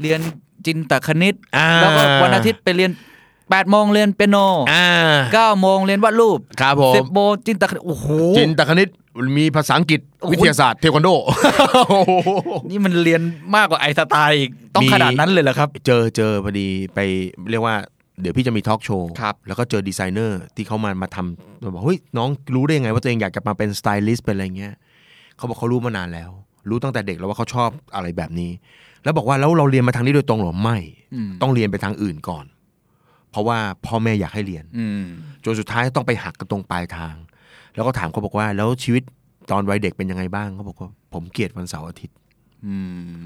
[SPEAKER 2] เรียนจินตคณิต
[SPEAKER 1] อ่า
[SPEAKER 2] แล้วก็วันอาทิตย์ไปเรียน8ปดโมงเรียนเปียโน
[SPEAKER 1] อ่า
[SPEAKER 2] เก้าโมงเรียนวาดรูป
[SPEAKER 1] ครับผม
[SPEAKER 2] สิบโมงจินตคณิตโอ้โห
[SPEAKER 1] จินตคณิตมีภาษาอังกฤษ
[SPEAKER 2] โอ้โห
[SPEAKER 1] วิทยาศาสตร์เทควันโด
[SPEAKER 2] นี่มันเรียนมากกว่าไอสไตล์อีก ต้อง
[SPEAKER 1] มี
[SPEAKER 2] ขนาดนั้นเลยเหรอครับ
[SPEAKER 1] เจอเจอพอดีไปเรียกว่าเดี๋ยวพี่จะมีทอล์กโชว์
[SPEAKER 2] ครับ
[SPEAKER 1] แล้วก็เจอดีไซเนอร์ที่เขามามาทำมาบอกเฮ้ยน้องรู้ได้ยังไงว่าตัวเองอยากจะมาเป็นสไตลิสต์เป็นอะไรเงี้ยเขาบอกเขารู้มานานแล้ว รู้ตั้งแต่เด็กแล้วว่าเขาชอบอะไรแบบนี้ แล้วบอกว่าแล้วเราเรียนมาทางนี้โดยตรงเหรอไม่
[SPEAKER 2] อืม
[SPEAKER 1] ต้องเรียนไปทางอื่นก่อน เพราะว่าพ่อแม่อยากให้เรียน
[SPEAKER 2] อืม
[SPEAKER 1] จนสุดท้ายต้องไปหักกันตรงปลายทาง แล้วก็ถามเขาบอกว่าแล้วชีวิตตอนวัยเด็กเป็นยังไงบ้างเขาบอกว่าผมเกลียดวันเสาร์อาทิตย์
[SPEAKER 2] อื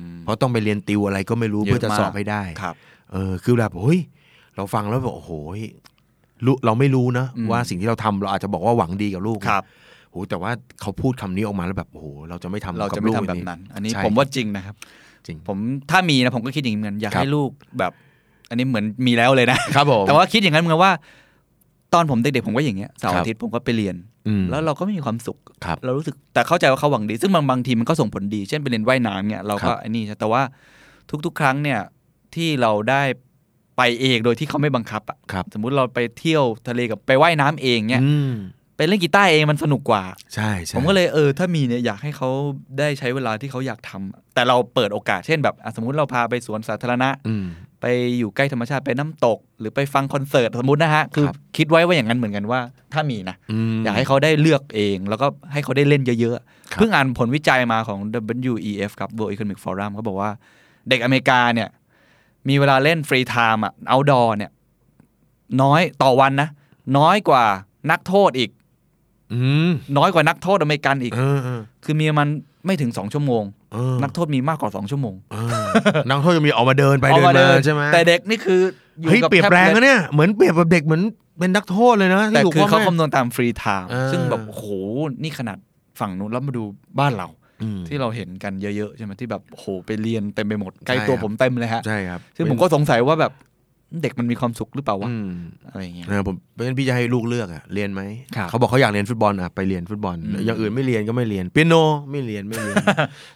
[SPEAKER 2] ม
[SPEAKER 1] เพราะต้องไปเรียนติวอะไรก็ไม่รู้
[SPEAKER 2] เยอะมาก
[SPEAKER 1] เพื่อจะสอบให้ได้
[SPEAKER 2] ครับ
[SPEAKER 1] เออคือแบบเฮ้ยเราฟังแล้วแบบโอ้โหรู้เราไม่รู้นะ
[SPEAKER 2] อืม
[SPEAKER 1] ว่าสิ่งที่เราทำเราอาจจะบอกว่าหวังดีกับลูกนะครับ โอ้โหแต่ว่าเขาพูดคำนี้ออกมาแล้วแบบโอ้โหเราจะไม่ทำ
[SPEAKER 2] เราจะ
[SPEAKER 1] กับ
[SPEAKER 2] ไม่
[SPEAKER 1] ลูก
[SPEAKER 2] ทำแบบ
[SPEAKER 1] อย่ง
[SPEAKER 2] นั้น อันนี้
[SPEAKER 1] ใช่
[SPEAKER 2] ผมว่าจริงนะครับ
[SPEAKER 1] จริง
[SPEAKER 2] ผมถ้ามีนะผมก็คิดอย่างนี้เหมือนกันอยาก
[SPEAKER 1] ครับ
[SPEAKER 2] ให้ลูกแบบ อันนี้เหมือนมีแล้วเลยนะ
[SPEAKER 1] ครับผม
[SPEAKER 2] แต่ว่าคิดอย่างนั้นเหมือนกันว่า ตอนผมเด็กๆผมก็อย่างเงี้ยเสาร์
[SPEAKER 1] ครับ
[SPEAKER 2] อาทิตย์ผมก็ไปเรียน
[SPEAKER 1] อืม
[SPEAKER 2] แล้วเราก็ไม่มีความสุข
[SPEAKER 1] ครับ
[SPEAKER 2] เรารู้สึกแต่เข้าใจว่าเขาหวังดี ซึ่งบางบางทีมันก็ส่งผลดี เช่นไปเรียนว่ายน้ำเนี่ยเราก็ไอ้นี่ใช่แต่ว่าทุกๆ ครั้งเนี่ยที่เราได้ไปเองโดยที่เขาไม่บังคับอะ
[SPEAKER 1] ครับ
[SPEAKER 2] สมมุติเราไปเที่ยวทะเลกับไปว่ายน้ำเองเนี่ย
[SPEAKER 1] อืม
[SPEAKER 2] ไปเล่นกีตาร์เองมันสนุกกว่า
[SPEAKER 1] ใช่ใช่
[SPEAKER 2] ผมก็เลยเออถ้ามีเนี่ยอยากให้เขาได้ใช้เวลาที่เขาอยากทำแต่เราเปิดโอกาสเช่นแบบอ่ะสมมุติเราพาไปสวนสาธารณะ
[SPEAKER 1] อืม
[SPEAKER 2] ไปอยู่ใกล้ธรรมชาติไปน้ำตก หรือไปฟังคอนเสิร์ตสมมตินะฮะคือ
[SPEAKER 1] ครับ
[SPEAKER 2] คิดไว้ว่าอย่างนั้นเหมือนกันว่า ถ้ามีนะ
[SPEAKER 1] ม
[SPEAKER 2] อยากให้เขาได้เลือกเอง แล้วก็ให้เขาได้เล่นเยอะ
[SPEAKER 1] ครับ
[SPEAKER 2] ๆเพิ่งอ่านผลวิจัยมาของ WEF ครับ World Economic Forum เขาบอกว่าเด็กอเมริกาเนี่ย มีเวลาเล่นฟรีไทม์อ่ะ outdoor เนี่ย น้อยต่อวันนะ น้อยกว่านักโทษอีก
[SPEAKER 1] อืม
[SPEAKER 2] น้อยกว่านักโทษอเมริกันอีก
[SPEAKER 1] เออเออ
[SPEAKER 2] คือมีมันไม่ถึง 2 ชั่วโมง
[SPEAKER 1] เออ
[SPEAKER 2] นักโทษมีมากกว่า 2 ชั่วโมง
[SPEAKER 1] เอ อนักโทษจะมีออกมาเดินไป
[SPEAKER 2] อ
[SPEAKER 1] เดิน
[SPEAKER 2] กา
[SPEAKER 1] มาใช่ไหม
[SPEAKER 2] แต่เด็กนี่คืออยู่
[SPEAKER 1] เฮ้ย
[SPEAKER 2] กับ
[SPEAKER 1] เปรียบ
[SPEAKER 2] ท็
[SPEAKER 1] แรง
[SPEAKER 2] ต
[SPEAKER 1] นะเนี่ยเหมือนเปรียบแบบเด็กเหมือนเป็นนักโทษเลยนะที่
[SPEAKER 2] แต่
[SPEAKER 1] ถูก
[SPEAKER 2] คือ
[SPEAKER 1] พ่อ
[SPEAKER 2] เขา
[SPEAKER 1] แม่
[SPEAKER 2] คำนวณตามฟรีไทม์
[SPEAKER 1] เออ
[SPEAKER 2] ซึ่งแบบโอ้โหนี่ขนาดฝั่งนู้นแล้วมาดูบ้านเรา
[SPEAKER 1] อืม
[SPEAKER 2] ที่เราเห็นกันเยอะๆ ใช่ไหมที่แบบโอ้โหไปเรียนเต็มไปหมด ใกล้
[SPEAKER 1] ใช่
[SPEAKER 2] ตั
[SPEAKER 1] ค
[SPEAKER 2] ว
[SPEAKER 1] รับ
[SPEAKER 2] ผมเต็มเลยฮะ
[SPEAKER 1] ใช่ครับ
[SPEAKER 2] ซึ่งผมก็สงสัยว่าแบบเด็กมันมีความสุขหรือเปล่าวะ
[SPEAKER 1] อืม
[SPEAKER 2] อะไรอย่างเงี้ย
[SPEAKER 1] เออผมเพราะฉะนั้นพี่จะให้ลูกเลือกอะเรียนไหม
[SPEAKER 2] ครับ
[SPEAKER 1] เขาบอกเขาอยากเรียนฟุตบอลอะไปเรียนฟุตบอล
[SPEAKER 2] อืม
[SPEAKER 1] อย่างอื่นไม่เรียนก็ไม่เรียนเปียโนไม่เรียนไม่ เรียน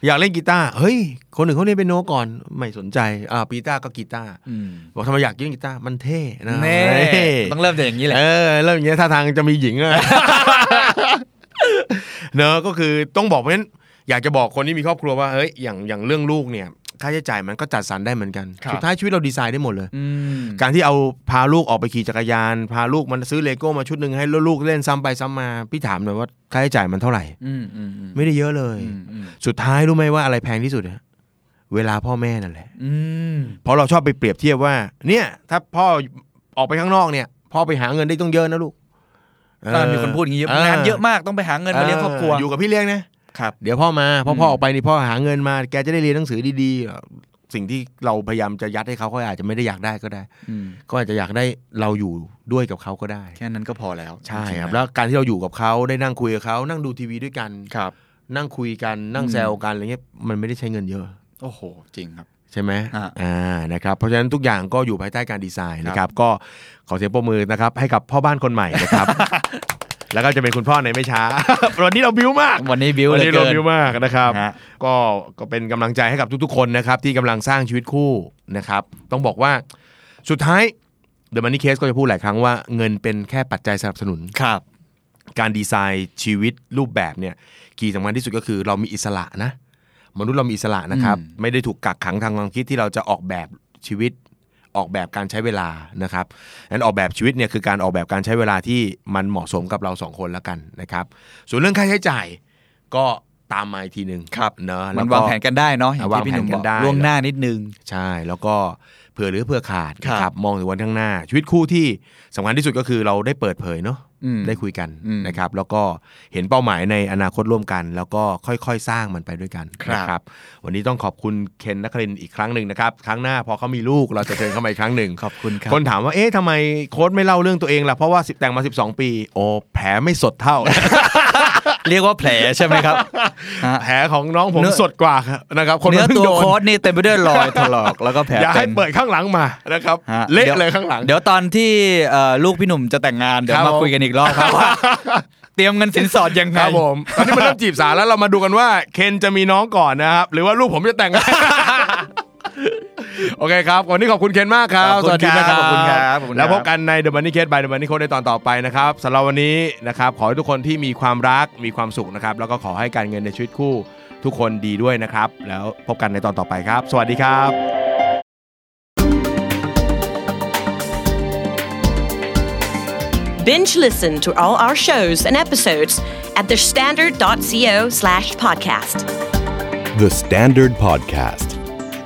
[SPEAKER 1] อยากเล่นกีตาร์เฮ้ยคนอื่นเขาเล่นเปียโนก่อนไม่สนใจอ่าปีต้าก็กีตาร์
[SPEAKER 2] อืม
[SPEAKER 1] บอกทำไมอยากเล่นกีตาร์มันเท่นะ
[SPEAKER 2] แน่
[SPEAKER 1] เฮ้ย
[SPEAKER 2] ต้องเริ่มจากอย่างนี้แหละ
[SPEAKER 1] เออแล้วอย่างเงี้ยท่าทางจะมีหญิงอะ เนอะก็คือต้องบอกเพราะฉะนั้นอยากจะบอกคนที่มีครอบครัวว่าเฮ้ยอย่างอย่างเรื่องลูกเนี่ยค่าใช้จ่ายมันก็จัดสรรได้เหมือนกัน
[SPEAKER 2] ครับ
[SPEAKER 1] สุดท้ายชีวิตเราดีไซน์ได้หมดเลย
[SPEAKER 2] อืม
[SPEAKER 1] การที่เอาพาลูกออกไปขี่จักรยาน พาลูกมันซื้อเลโก้มาชุดหนึ่งให้ลูกเล่นซ้ำไปซ้ำมา พี่ถามหน่อยว่าค่าใช้จ่ายมันเท่าไหร่
[SPEAKER 2] อืมอืมอืม
[SPEAKER 1] ไม่ได้เยอะเลย
[SPEAKER 2] อืมอืม
[SPEAKER 1] สุดท้ายรู้ไหมว่าอะไรแพงที่สุดอะเวลาพ่อแม่นั่นแหละ
[SPEAKER 2] อืม
[SPEAKER 1] เพราะเราชอบไปเปรียบเทียบว่า เนี่ย ถ้าพ่อออกไปข้างนอกเนี่ย พ่อไปหาเงินได้ต้องเยอะนะลูก
[SPEAKER 2] ตอนมีคนพูดอย่างนี้เยอะงานเยอะมากต้องไปหาเงินมาเลี้ยงครอบครัว
[SPEAKER 1] อยู่กับพี่เลี้ยงนะครับ เดี๋ยวพ่อมาพ่อพ่อออกไปนี่พ่อหาเงินมา แกจะได้เรียนหนังสือดีๆ สิ่งที่เราพยายามจะยัดให้เขาเขาอาจจะไม่ได้อยากได้ก็ได้
[SPEAKER 2] อืม
[SPEAKER 1] ก็อาจจะอยากได้เราอยู่ด้วยกับเขาก็ได้
[SPEAKER 2] แค่นั้นก็พอแล้ว
[SPEAKER 1] ใช่
[SPEAKER 2] จงๆ
[SPEAKER 1] ครับ
[SPEAKER 2] นะ
[SPEAKER 1] แล้วการที่เราอยู่กับเขาได้นั่งคุยกับเขานั่งดูทีวีด้วยกัน
[SPEAKER 2] ครับ
[SPEAKER 1] นั่งคุยกันนั่ง
[SPEAKER 2] อืม
[SPEAKER 1] แซวกันอะไรเงี้ยมันไม่ได้ใช้เงินเยอะ
[SPEAKER 2] โอ้โห จริงครับ
[SPEAKER 1] ใช่ไหม
[SPEAKER 2] อ่ะ
[SPEAKER 1] อ่านะครับเพราะฉะนั้นทุกอย่างก็อยู่ภายใต้การดีไซน์นะครับ ก็ขอเสียงปรบมือนะครับ ให้กับพ่อบ้านคนใหม่ นะครับ แล้วก็จะเป็นคุณพ่อในไม่ช้า วันนี้เราบิ้วมาก
[SPEAKER 2] วันนี้บิ้วเลย
[SPEAKER 1] นี้
[SPEAKER 2] เกิ
[SPEAKER 1] เรา
[SPEAKER 2] น
[SPEAKER 1] บิ้วมากนะครับ
[SPEAKER 2] ฮะ
[SPEAKER 1] ก็ก็เป็นกำลังใจให้กับทุกๆ คนนะครับ ที่กำลังสร้างชีวิตคู่นะครับ ต้องบอกว่าสุดท้ายเดอะมันนี่เคสก็จะพูดหลายครั้งว่าเงินเป็นแค่ปัจจัยสนับสนุน
[SPEAKER 2] ครับ
[SPEAKER 1] การดีไซน์ชีวิตรูปแบบเนี่ยคีย์สำคัญที่สุดก็คือเรามีอิสระนะ มนุษย์เรามีอิสระนะครับ
[SPEAKER 2] อืม
[SPEAKER 1] ไม่ได้ถูกกักขังทางความคิดที่เราจะออกแบบชีวิตออกแบบการใช้เวลานะครับนั้นออกแบบชีวิตเนี่ยคือการออกแบบการใช้เวลาที่มันเหมาะสมกับเราสองคนแล้วกันนะครับ ส่วนเรื่องค่าใช้จ่ายก็ตามมาอีกทีหนึ่งครับเนอะ
[SPEAKER 2] มัน
[SPEAKER 1] ก็
[SPEAKER 2] วางแผนกันได้เนาะอย่าง
[SPEAKER 1] วาง
[SPEAKER 2] ที่พี่หนุ่ม
[SPEAKER 1] แผน
[SPEAKER 2] บ
[SPEAKER 1] กัน
[SPEAKER 2] อก
[SPEAKER 1] ได้
[SPEAKER 2] ล่วงหน้านิดนึง
[SPEAKER 1] ใช่แล้วก็เผื่อหรือเผื่อขาด
[SPEAKER 2] ครับ
[SPEAKER 1] นะครับมองถึงวันข้างหน้า ชีวิตคู่ที่สำคัญที่สุดก็คือเราได้เปิดเผยเนาะ
[SPEAKER 2] อืม
[SPEAKER 1] ได้คุยกัน
[SPEAKER 2] อืม
[SPEAKER 1] นะครับ แล้วก็เห็นเป้าหมายในอนาคตร่วมกัน แล้วก็ค่อยๆ สร้างมันไปด้วยกัน
[SPEAKER 2] ครับ
[SPEAKER 1] นะครับ วันนี้ต้องขอบคุณเคนนักครินทร์อีกครั้งหนึ่งนะครับ ครั้งหน้าพอเขามีลูกเราจะเชิญเขามาอีกครั้งหนึ่ง
[SPEAKER 2] ขอบคุณครับ
[SPEAKER 1] คนถามว่าเอ๊ะทำไมโค้ดไม่เล่าเรื่องตัวเองล่ะเพราะว่าสิบแต่งมา 12 ปี โอ้แผลไม่สดเท่า
[SPEAKER 2] เรียกว่าแผลใช่ไหมครับฮะ
[SPEAKER 1] แผลของน้องผม
[SPEAKER 2] เนื้อ
[SPEAKER 1] สดกว่าครับนะครับ คน
[SPEAKER 2] เนื้อ
[SPEAKER 1] เพิ่ง
[SPEAKER 2] ตัว
[SPEAKER 1] โดน
[SPEAKER 2] โค้ดนี่เต็มไปด้วยรอยถลอกแล้วก็แผล
[SPEAKER 1] อย่าให้
[SPEAKER 2] ม
[SPEAKER 1] เปิดข้างหลังมานะครับ
[SPEAKER 2] ฮะ
[SPEAKER 1] เละ
[SPEAKER 2] ดี๋ว
[SPEAKER 1] เลยข้างหลัง
[SPEAKER 2] เดี๋ยวตอนที่เอ่อลูกพี่หนุ่มจะแต่งงาน เดี๋ย
[SPEAKER 1] คว รับผ
[SPEAKER 2] มา
[SPEAKER 1] ม
[SPEAKER 2] คุยกันอีกรอบครับว่า เตรียมเงินสินสอดยังไง
[SPEAKER 1] ครับผมตอนนี้มันเริ่มจีบสาวแล้วเรามาดูกันว่าเคนจะมีน้องก่อนนะครับ หรือว่าลูกผมจะแต่งงาน โอเคครับ วันนี้ขอบคุณเคนมากครับ
[SPEAKER 2] ขอบ
[SPEAKER 1] ส
[SPEAKER 2] ณ
[SPEAKER 1] วัสดีนะครั
[SPEAKER 2] ขอบคุณครับ บขอคุณค
[SPEAKER 1] แล้
[SPEAKER 2] รั
[SPEAKER 1] ว
[SPEAKER 2] บ
[SPEAKER 1] พบกันใน The Money Case by The Money Code ในตอนต่อไปนะครับสำหรับวันนี้นะครับ ขอให้ทุกคนที่มีความรักมีความสุขนะครับ แล้วก็ขอให้การเงินในชีวิตคู่ ทุกคนดีด้วยนะครับ แล้วพบกันในตอนต่อไปครับ สวัสดีครับ
[SPEAKER 4] Binge listen to all our shows and episodes at thestandard.co slash podcast.
[SPEAKER 5] The Standard Podcast,